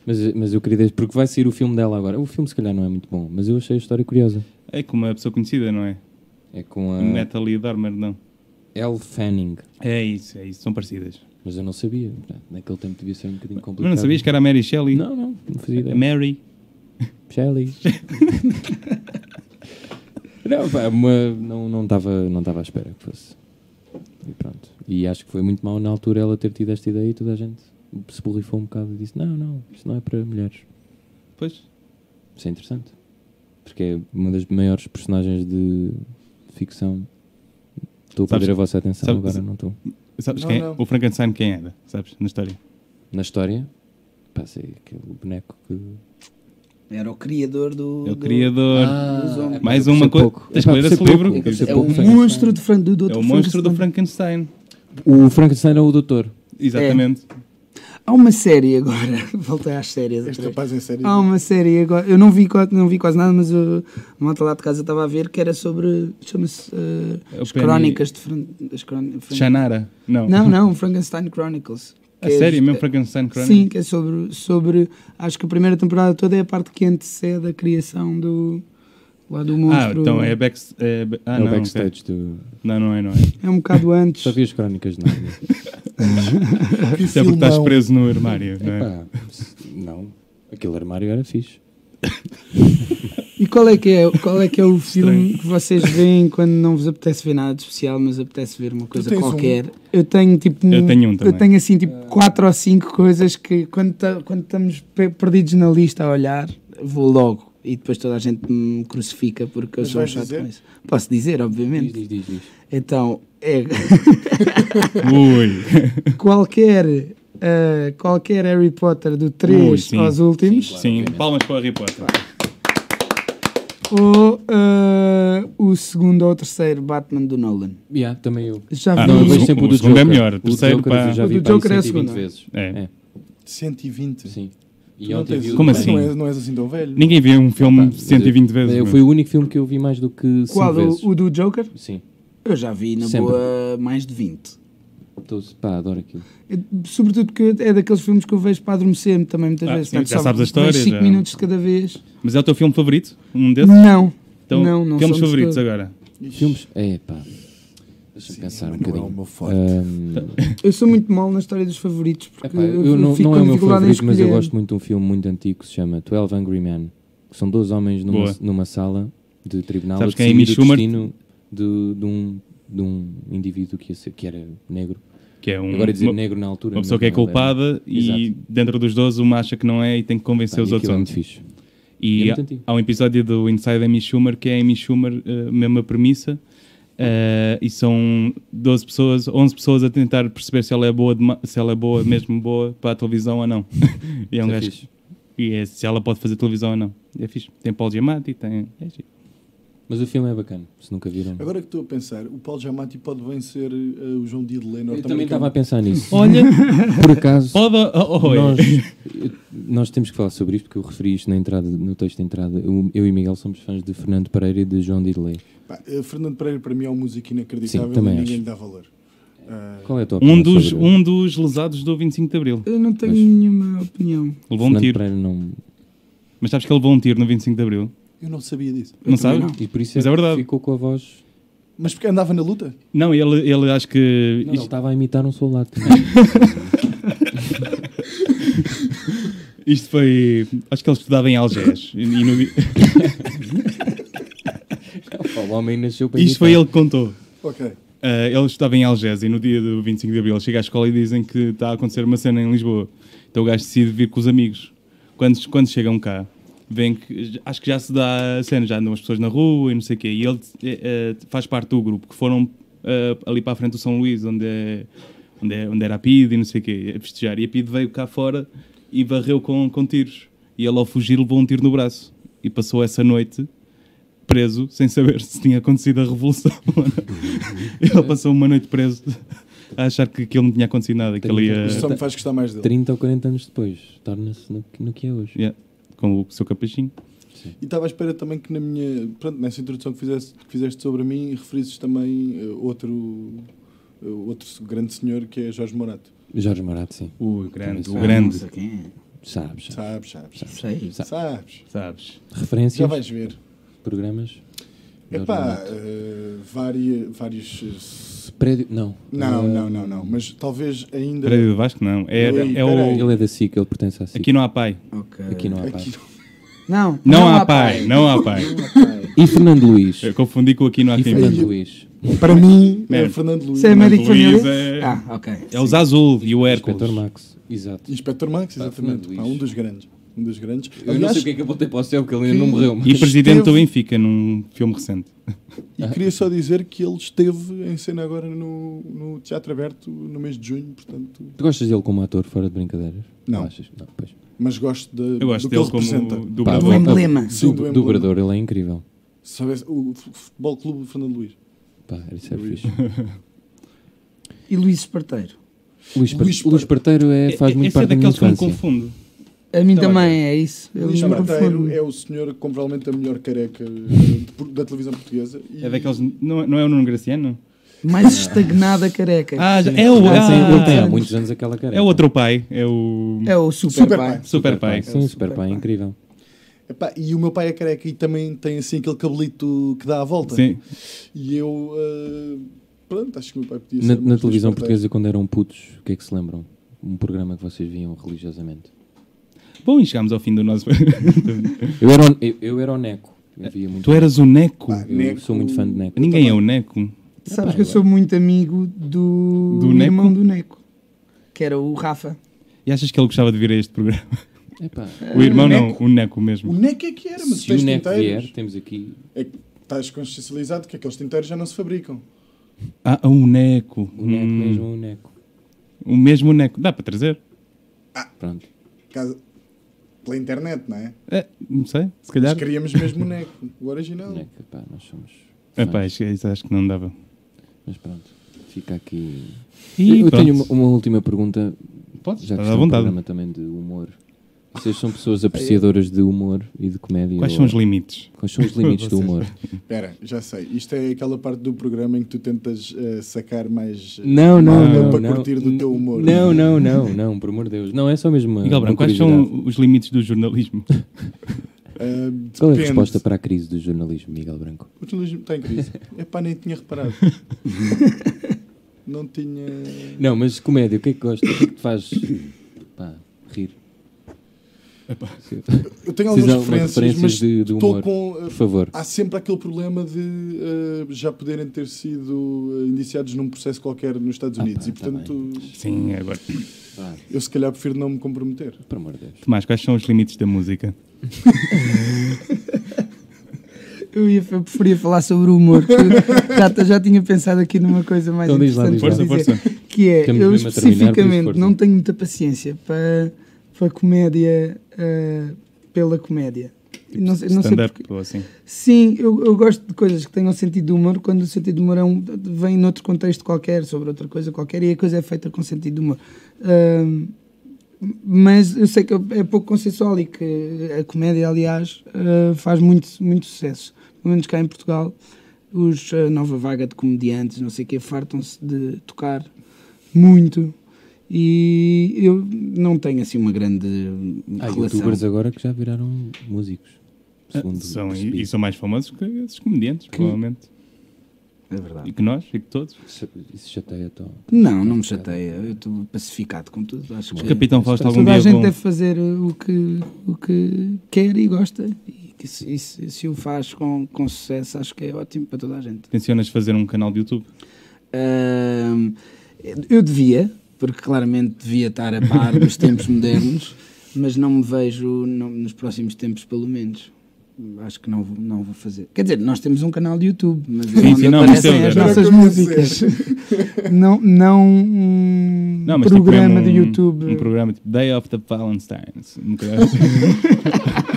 S1: Mas, mas eu queria. Porque vai sair o filme dela agora. O filme, se calhar, não é muito bom, mas eu achei a história curiosa.
S2: É com uma pessoa conhecida, não é?
S1: É com a
S2: Natalie Dormer, não.
S1: Elle Fanning.
S2: É isso, é isso, são parecidas.
S1: Mas eu não sabia. Pá, Naquele tempo devia ser um bocadinho
S2: Mas
S1: complicado.
S2: não sabias que era a Mary Shelley?
S1: Não, não, não fazia
S2: A
S1: ideia.
S2: Mary.
S1: Shelley. não, pá, uma, não, não estava não estava à espera que fosse. E pronto. E acho que foi muito mal na altura ela ter tido esta ideia e toda a gente se borrifou um bocado e disse: não, não, isto não é para mulheres.
S2: Pois.
S1: Isso é interessante. Porque é uma das maiores personagens de ficção. Estou a
S2: Sabes-
S1: perder a vossa atenção
S2: sabes-
S1: agora, não estou.
S2: Sabes
S3: Não,
S2: quem é?
S3: não.
S2: O Frankenstein quem era, sabes? Na história.
S1: Na história, pá, sei aquele boneco que.
S4: Era o criador do.
S2: É o
S4: do- Ah,
S2: criador.
S4: dos homens.
S2: Mais
S1: eu
S2: uma
S1: percebo
S2: coisa.
S1: pouco.
S2: Tens que
S1: Epá,
S2: ler esse
S1: percebo
S2: livro.
S1: pouco. Eu percebo
S4: É
S1: pouco.
S4: o monstro do, Fran, do, do
S2: É
S4: outro
S2: o monstro do
S4: Frankenstein.
S2: Frankenstein.
S1: O Frankenstein é o doutor.
S2: Exatamente.
S5: Há uma série agora, voltei às séries.
S3: Este
S5: outra vez.
S3: rapaz em série.
S4: Ah.
S5: Há É uma série agora, eu não vi, qua- não vi quase nada, mas eu, a malta lá de casa estava a ver que era sobre, chama-se eh,
S2: É o
S5: As
S2: Penny-
S5: Crónicas de Fran, as crón- Fran-
S2: Shannara. Não.
S5: Não, não, Frankenstein Chronicles.
S2: A
S5: Que é
S2: série
S5: just-
S2: mesmo, Frankenstein Chronicles.
S5: Sim, que é sobre, sobre. Acho que a primeira temporada toda é a parte que antecede a criação do. lá do
S2: Ah,
S5: monstro.
S2: então é back... É, ba- ah,
S1: é
S2: não,
S1: o backstage do.
S2: ok. Não, não é, não é.
S5: É um bocado antes.
S1: Já vi as crónicas de Nárnia.
S2: Isso é porque estás preso no armário, não é?
S1: Epá, se- não. Aquele armário era fixe.
S5: E qual é, que é, qual é que é o filme
S2: Estranho.
S5: que vocês veem quando não vos apetece ver nada de especial, mas apetece ver uma coisa
S3: tens um?
S5: qualquer? Eu tenho tipo.
S2: Eu tenho um também.
S5: Eu tenho assim tipo quatro ou cinco coisas que quando, ta- quando estamos pe- perdidos na lista a olhar, vou logo. E depois toda a gente me crucifica porque eu
S3: Mas
S5: sou um
S3: vais
S5: chato
S3: dizer?
S5: com isso. Posso dizer,
S1: Diz,
S5: obviamente.
S1: diz, diz. diz.
S5: Então, é.
S2: Ui.
S5: qualquer, ah, qualquer Harry Potter do
S2: Ui,
S5: 3
S2: sim.
S5: aos últimos,
S2: Sim, palmas para o Harry Potter.
S5: ou ah, o segundo ou o terceiro Batman do Nolan.
S1: Yeah, também eu.
S5: Já
S2: Ah,
S5: vi.
S1: Não, eu
S2: o
S1: vejo
S2: seg-
S1: sempre o
S2: o
S1: do
S2: segundo
S1: Joker.
S2: é melhor, o terceiro,
S1: Joker
S2: pá.
S1: eu já
S5: O
S1: vi
S5: do
S1: pá, aí
S5: Joker é a
S1: 120
S5: segunda.
S1: vezes.
S2: É.
S3: 120.
S1: Sim.
S3: Tu
S1: E
S3: não
S1: ontem
S3: tens-
S1: vi o
S2: Como
S1: do
S2: assim?
S1: Batman.
S3: Não és, não és assim tão velho.
S2: Ninguém vê um filme
S1: Pá, mas
S2: 120
S1: eu-
S2: vezes. é?
S1: eu-
S2: meu.
S1: Foi o único filme que eu vi mais do que 5
S5: Qual?
S1: vezes.
S5: O, o do Joker?
S1: Sim.
S4: Eu já vi, na
S1: Sempre.
S4: boa, mais de 20.
S1: Tô- pá, adoro aquilo.
S5: Eu- Sobretudo porque é daqueles filmes que eu vejo para adormecer também muitas
S2: Ah,
S5: vezes.
S2: sim,
S5: Portanto,
S2: já
S5: só
S2: sabes a
S5: vejo
S2: história,
S5: cinco
S2: já.
S5: minutos de cada vez.
S2: Mas é o teu filme favorito? Um desses?
S5: Não.
S2: Então,
S5: não, não
S2: filmes
S5: somos
S2: favoritos
S5: todos.
S2: agora.
S1: Filmes? É, pá. Deixa-me pensar um
S3: Não é
S1: bocadinho. Hum,
S3: o meu forte.
S1: Ahm,
S5: Eu sou muito mal na história dos favoritos. Porque
S1: epá, eu não,
S5: fico
S1: não é
S5: com
S1: o meu
S5: dificuldade em
S1: favorito, mas eu
S5: escolher.
S1: gosto muito de um filme muito antigo que se chama 12 Angry Men, que são dois homens numa,
S2: Boa.
S1: numa sala de tribunal
S2: Sabes
S1: a
S2: que a Amy
S1: decidir o
S2: Schumer-
S1: destino de, de um, de um indivíduo que, ia ser- que era negro.
S2: Que é um,
S1: Agora ia dizer
S2: uma,
S1: negro na altura.
S2: uma pessoa
S1: mas
S2: que é
S1: não, ele era-
S2: culpada e dentro dos 12 uma acha que não é e tem que
S1: Pá,
S2: convencer
S1: e
S2: os outros
S1: aquilo é
S2: homens.
S1: muito fixe.
S2: E
S1: É
S2: há,
S1: muito antigo.
S2: há um episódio do Inside Amy Schumer que é Amy Schumer, eh, mesma premissa, eh, e são 12 pessoas, 11 pessoas a tentar perceber se ela é boa, dema- se ela é boa, mesmo boa, para a televisão ou não. e é um
S1: Isso é
S2: gajo.
S1: fixe.
S2: E é se ela pode fazer televisão ou não. E É fixe. Tem Paul Giamatti, tem. é giro.
S1: Mas o filme é bacana, se nunca viram.
S3: Agora que estou a pensar, o Paulo Giamatti pode vencer eh, o João Diddley
S1: eu
S3: norte-americano.
S1: também estava a pensar nisso.
S2: Olha,
S1: Por acaso,
S2: pode. Oh, oh,
S1: nós,
S2: é.
S1: nós temos que falar sobre isto, porque eu referi isto na entrada, no texto de entrada. Eu, eu e Miguel somos fãs de Fernando Pereira e de João Diddley.
S3: Pá, eh, Fernando Pereira para mim é um músico inacreditável
S1: Sim,
S3: e
S1: também
S3: ninguém
S1: acho.
S3: lhe dá valor. Ah,
S1: Qual é a tua opinião
S2: Um dos,
S1: sobre
S2: um dos lesados do 25 de Abril.
S5: Eu não tenho
S1: Mas-
S5: nenhuma opinião.
S2: Levou um
S1: Fernando
S2: tiro.
S1: Pereira não...
S2: Mas sabes que ele levou um tiro no 25 de Abril?
S3: eu não sabia disso.
S2: Não sabes?
S5: não.
S1: E por isso é,
S2: Mas é
S1: que
S2: verdade.
S1: ficou com a voz...
S3: Mas porque andava na luta?
S2: Não, ele, ele acho que.
S1: Não, ele
S2: isto,
S1: estava a imitar um soldado.
S2: isto foi. Acho que ele estudava em Algés. e no-
S1: o homem nasceu para
S2: Isto
S1: imitar.
S2: foi ele que contou.
S3: Ok.
S1: Eh,
S2: Ah, ele estava em Algés e no dia do 25 de Abril chega à escola e dizem que está a acontecer uma cena em Lisboa. Então o gajo decide vir com os amigos. Quando, quando chegam cá, vem que acho que já se dá a cena, já andam as pessoas na rua e não sei o quê. E ele eh, eh, faz parte do grupo que foram eh, ali para a frente do São Luís, onde, é, onde, é- onde era a PID e não sei o quê, a festejar. E a PID veio cá fora e varreu com, com tiros. E ele ao fugir levou um tiro no braço. E passou essa noite preso sem saber se tinha acontecido a revolução. ou não. ele passou uma noite preso a achar que aquilo não tinha acontecido nada, que ele ia
S3: Isto
S1: tá-
S3: só me faz gostar mais dele.
S1: 30 ou 40 anos depois, torna-se no, que- no que é hoje.
S2: yeah, com o seu capachinho.
S3: E estava à espera também que na minha. Pronto, nessa introdução que fizeste, que fizeste sobre mim, referisses também eh, outro, eh, outro grande senhor que é Jorge Morato.
S1: Jorge Morato, sim.
S2: O grande, o
S1: Ah,
S2: grande,
S5: Não sei quem é.
S1: Sabes, sabes.
S3: Sabes, sabes. sabes.
S5: Sei.
S1: Sabe.
S3: Sabes.
S2: sabes?
S3: Já
S1: Referências,
S3: vais ver.
S1: programas.
S3: Epá,
S1: Morato.
S3: eh, vária- vários. eh,
S1: Prédio, não.
S3: Não,
S1: Ah,
S3: não, não, não. Mas talvez ainda.
S2: Peraí, do Vasco não. É,
S3: Ui,
S2: é
S3: peraí.
S2: o.
S1: Ele é da SIC, ele pertence à SIC.
S2: Aqui não há pai.
S5: Ok.
S1: Aqui não há paz.
S3: Aqui,
S5: Não,
S2: Não, há pai. não há pai.
S1: E Fernando Luís.
S2: Eu confundi com É, aqui não há
S1: E
S2: quem.
S1: Fernando
S2: viva.
S1: Luís.
S3: para mim, é
S2: Merda.
S3: Fernando Luís.
S5: Isso é médico
S2: Luís
S5: familiar?
S2: é-
S5: Ah, ok.
S2: É os Azul e o
S1: Inspetor
S2: Hércules.
S1: Max. Exato.
S3: Inspector Max,
S1: Fernando
S3: exatamente.
S1: Luís.
S3: Pá, um dos grandes. Um dos grandes.
S1: Eu não sei o que é que apontei para o céu, porque ele ainda não morreu. mas-
S2: E presidente
S3: Esteve-
S2: do Benfica num filme recente.
S3: E queria só dizer que ele esteve em cena agora no, no Teatro Aberto no mês de junho, portanto.
S1: Tu gostas dele como ator, fora de brincadeiras?
S3: Não.
S1: Achas? Não, pois.
S3: Mas gosto, de,
S2: Eu gosto
S3: do que ele
S2: dele
S3: representa.
S2: como do
S1: Pá,
S5: Do
S1: bom,
S5: emblema.
S1: ah,
S3: Sim, do
S1: du-
S3: emblema.
S1: Dobrador, ele é incrível.
S3: Se soubesse- o F- Futebol Clube do Fernando Luís.
S1: Pá, isso é
S3: Luís.
S1: fixe.
S5: E Luís Esparteiro.
S1: Luís, Par-
S3: Luís Par-
S1: Luís Parteiro é, faz muito
S2: Esse é
S1: parte da minha
S2: daqueles que me
S1: infância.
S2: confundo.
S5: A mim
S1: Então
S3: Tá
S5: também é isso. Eu
S3: Luís
S5: não me
S3: Barteiro
S5: confundo.
S3: é o senhor com provavelmente a melhor careca de- por- da televisão portuguesa. E
S2: É daqueles. Não, não é o Nuno Graciano?
S5: Mais estagnada careca.
S2: Ah, já- é o.
S1: Ah, sim, ele tem há
S2: Ah,
S1: muitos anos aquela cara.
S2: é o outro pai. É o.
S5: É o super
S3: Super
S5: pai.
S3: pai.
S2: Super pai.
S1: Ah, Sim, super pai, incrível.
S3: Epá, e o meu pai é careca e também tem assim aquele cabelito que dá a volta.
S2: Sim.
S3: E eu. ah, pronto, acho que o meu pai podia
S1: Na,
S3: ser.
S1: na
S3: mais
S1: televisão
S3: Luís
S1: portuguesa, quando eram putos, o que é que se lembram? Um programa que vocês viam religiosamente.
S2: Bom, e chegámos ao fim do nosso.
S1: Eu era o, eu, eu era o Neco. Eu via muito.
S2: tu eras o Neco.
S3: Barteiro.
S1: Eu
S3: Neco-
S1: sou muito fã de Neco. Então,
S2: Ninguém é o Neco.
S5: Sabes que eu sou muito amigo do,
S2: Do Neco?
S5: irmão do Neco. Que era o Rafa.
S2: E achas que ele gostava de vir a este programa?
S1: Epá,
S2: O irmão não, o É, Neco
S3: O
S2: mesmo.
S3: Neco é que era, mas
S1: se o
S3: tens
S1: Neco
S3: tinteiros.
S1: vier, temos aqui
S3: É que estás consciencializado que aqueles tinteiros já não se fabricam.
S2: Ah, o Neco.
S1: o Neco
S2: Hum,
S1: mesmo, o Neco.
S2: O mesmo Neco. Dá para trazer?
S1: Pronto.
S3: Caso- Pela internet, não é?
S2: É, não sei, se
S3: Nós
S2: calhar.
S3: queríamos mesmo o Neco, o original.
S1: Neco, epá, nós somos.
S2: É,
S1: fãs.
S2: pá, acho, isso acho que não dava.
S1: Mas pronto, fica aqui.
S2: E
S1: eu
S2: pronto.
S1: tenho uma, uma última pergunta.
S2: Podes,
S1: Já que
S2: estás à
S1: está um
S2: vontade.
S1: programa também de humor. Vocês são pessoas apreciadoras de humor e de comédia?
S2: Quais
S1: ou-
S2: são os limites?
S1: Quais são os limites do
S2: Vocês-
S1: humor?
S3: Espera, já sei. Isto é aquela parte do programa em que tu tentas eh, sacar mais. eh,
S1: Não, não,
S3: malta
S1: não.
S3: Para
S1: não.
S3: curtir do teu humor.
S1: Não, não, não, não, por amor de Deus. Não, é só mesmo. uma-
S2: Miguel
S1: uma
S2: Branco, quais
S1: curiosidade.
S2: são os limites do jornalismo?
S3: Eh,
S1: Qual é a
S3: depende.
S1: resposta para a crise do jornalismo, Miguel Branco?
S3: O jornalismo está em crise. Epá, nem tinha reparado. não tinha.
S1: Não, mas comédia, o que é que gostas? O que é que te faz pá, rir? Sim.
S3: Eu tenho
S1: Precisava
S3: algumas
S1: de uma
S3: referências,
S1: referências
S3: mas
S1: de- de humor.
S3: estou com. eh,
S1: Por favor.
S3: Há sempre aquele problema de eh, já poderem ter sido eh, indiciados num processo qualquer nos Estados
S1: Ah, pá,
S3: Unidos. e,
S1: tá
S3: portanto,
S2: Sim, é agora.
S1: Vá,
S3: eu se calhar prefiro não me comprometer.
S1: por amor de Deus.
S2: Tomás, quais são os limites da música?
S5: Eu, ia, eu preferia falar sobre o humor. que eu já, já tinha pensado aqui numa coisa mais
S1: Então diz lá, diz
S5: interessante. para
S1: lá.
S2: Força,
S5: dizer, Que é,
S1: Estamos
S5: eu
S1: mesmo a terminar, por isso,
S5: especificamente
S1: força.
S5: não tenho muita paciência para, para comédia ah, pela comédia. não, sei- não sei
S2: Stand-up
S5: porquê.
S2: ou assim.
S5: Sim, eu, eu gosto de coisas que tenham sentido de humor quando o sentido de humor é um, vem noutro contexto qualquer, sobre outra coisa qualquer, e a coisa é feita com sentido de humor. Ahm, mas eu sei que é pouco consensual e que a comédia, aliás, ah, faz muito, muito sucesso. Pelo menos cá em Portugal, os a nova vaga de comediantes, não sei o quê, fartam-se de tocar muito. E eu não tenho assim uma grande
S1: Há
S5: relação.
S1: Ah, youtubers agora que já viraram músicos. Segundo
S2: Ah, São,
S1: percebi.
S2: e, e são mais famosos que esses comediantes, provavelmente.
S5: É verdade.
S2: E que nós, e que todos.
S1: Isso- Isso chateia tão.
S5: Não, não me chateia. Eu estou pacificado com tudo. Acho que Então,
S2: Capitão Fausto algum
S5: É, toda a
S2: dia é
S5: gente
S2: vão...
S5: deve fazer o que, o que quer e gosta. E, tipo, que isso, isso, se o faz com, com sucesso, acho que é ótimo para toda a gente.
S2: Tencionas fazer um canal de YouTube?
S5: Ahm, eu devia, porque claramente devia estar a par dos tempos modernos, mas não me vejo não- nos próximos tempos, pelo menos. Acho que não, vou- não vou fazer. Quer dizer, nós temos um canal de YouTube, mas é
S2: Sim,
S5: onde
S2: sim, não, mas
S5: aparecem
S2: teu,
S5: as
S2: era.
S5: nossas
S3: Era o que eu ia
S5: músicas. não, não um
S2: Não, mas tipo
S5: programa
S2: mesmo
S5: de
S2: um-
S5: YouTube.
S2: Um programa tipo Day of the Valentines. Um bocado assim.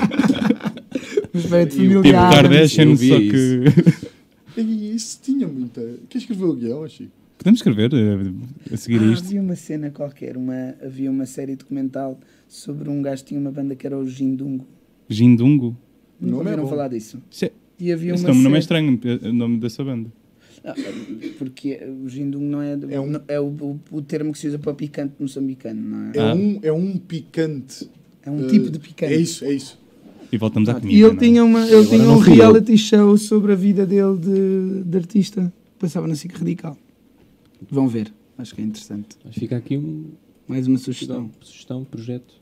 S5: Mas bem, de
S2: tipo
S5: familiar.
S2: Kardashian,
S7: eu
S2: só
S7: vi
S2: que.
S3: E isso tinha muita. Quem escreveu o guião, Chico?
S2: Podemos escrever eh, a seguir a
S5: Ah,
S2: isto?
S5: Havia uma cena qualquer, uma, havia uma série documental sobre um gajo que tinha uma banda que era o Jindungo.
S2: Jindungo?
S3: O
S5: Nunca
S3: nome é
S5: ouviram
S3: bom.
S5: falar disso.
S2: Isso é-
S5: E havia
S2: Esse
S5: uma
S2: nome não é
S5: série-
S2: estranho, eh, o nome dessa banda.
S5: Ah, porque o Jindungo não é,
S3: É
S5: é,
S3: um-
S5: é o, o, o termo que se usa para picante moçambicano, não é?
S3: É,
S2: Ah.
S3: um, é um picante.
S5: É
S3: Eh,
S5: um tipo de picante.
S3: É isso, é isso.
S2: E voltamos à comida.
S5: E ele
S2: não é?
S5: tinha, uma, ele
S7: Ah, Agora
S5: tinha
S7: não
S5: um
S7: fui eu.
S5: reality show sobre a vida dele de, de artista. Passava na SIC Radical. Vão ver, acho que é interessante.
S1: Mas fica aqui um,
S5: Mais uma
S1: sugestão,
S3: Então.
S1: sugestão
S5: sugestão.
S1: projeto.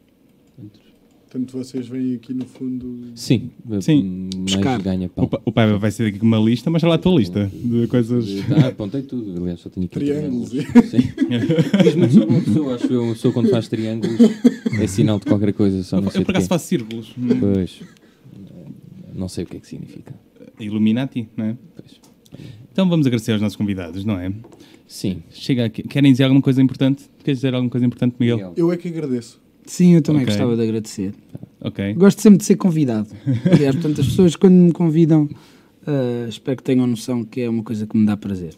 S3: Portanto, vocês vêm aqui no fundo.
S1: Sim, Hum,
S2: Sim.
S1: mais
S5: Pescar.
S1: ganha
S2: O,
S1: pão.
S2: pa- o pai vai sair daqui com uma lista, mas olha lá a tua lista de coisas.
S1: Ah, apontei tudo, aliás, só tinha aqui
S3: Triângulos.
S1: Sim. Diz muito sobre uma pessoa, acho eu, uma pessoa quando faz triângulos é sinal de qualquer coisa, só
S2: Eu,
S1: não sei
S2: eu por
S1: de quê.
S2: acaso faço círculos.
S1: Pois. Não sei o que é que significa.
S2: Illuminati, não é?
S1: Pois.
S2: Então vamos agradecer aos nossos convidados, não é?
S1: Sim.
S2: Chega aqui. Querem dizer alguma coisa importante? Queres dizer alguma coisa importante, Miguel?
S1: Miguel.
S3: Eu é que agradeço.
S5: Sim, eu também
S2: Ok.
S5: gostava de agradecer.
S2: Ok.
S5: Gosto sempre de ser convidado. Aliás, portanto, as pessoas quando me convidam, ah, espero que tenham noção que é uma coisa que me dá prazer.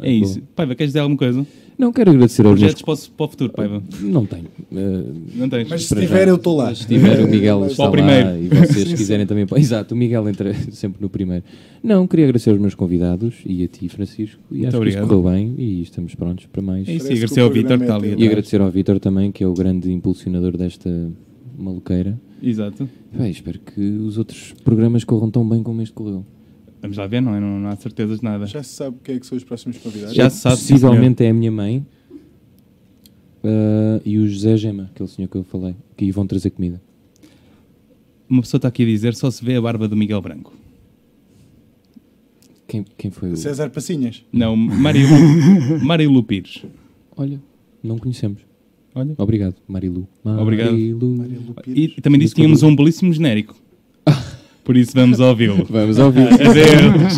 S2: É isso. Paiva, queres dizer alguma coisa?
S1: Não quero agradecer aos meus...
S2: Projetos para o, para o futuro, Paiva?
S1: Não tenho. Eh,
S2: Não tens?
S3: Mas se
S1: Para
S3: tiver,
S1: já.
S3: eu estou lá.
S1: Se tiver, o Miguel
S3: Mas-
S1: está
S2: Para
S1: lá
S2: o primeiro.
S1: e vocês quiserem também... Exato, o Miguel entra sempre no primeiro. Não, queria agradecer aos meus convidados e a ti, Francisco. E acho que
S2: obrigado.
S1: isto correu bem e estamos prontos para mais.
S2: É isso.
S3: Parece
S2: E
S3: que
S2: agradecer
S3: o
S2: ao Vítor que está
S3: programa é
S2: ali.
S1: E
S2: atrás.
S1: agradecer ao Vítor também, que é o grande impulsionador desta maluqueira.
S2: Exato.
S1: Bem, espero que os outros programas corram tão bem como este correu.
S2: Vamos lá ver, não é? Não, não há certezas de nada.
S3: Já se sabe quem é que são os próximos convidados.
S2: Já se sabe, sim,
S1: Possivelmente é a minha mãe ah, e o José Gema, aquele senhor que eu falei, que vão trazer comida.
S2: Uma pessoa está aqui a dizer só se vê a barba do Miguel Branco.
S1: Quem, quem foi o.
S3: César Passinhas.
S2: Não, Mário, Mário Lupires.
S1: Olha, não conhecemos.
S2: Olha.
S1: Obrigado, Marilu.
S2: Obrigado.
S1: Marilu.
S3: é
S2: E também disse que tínhamos um belíssimo genérico. Por isso vamos ouvi-lo.
S1: Vamos ouvir.
S2: Adeus.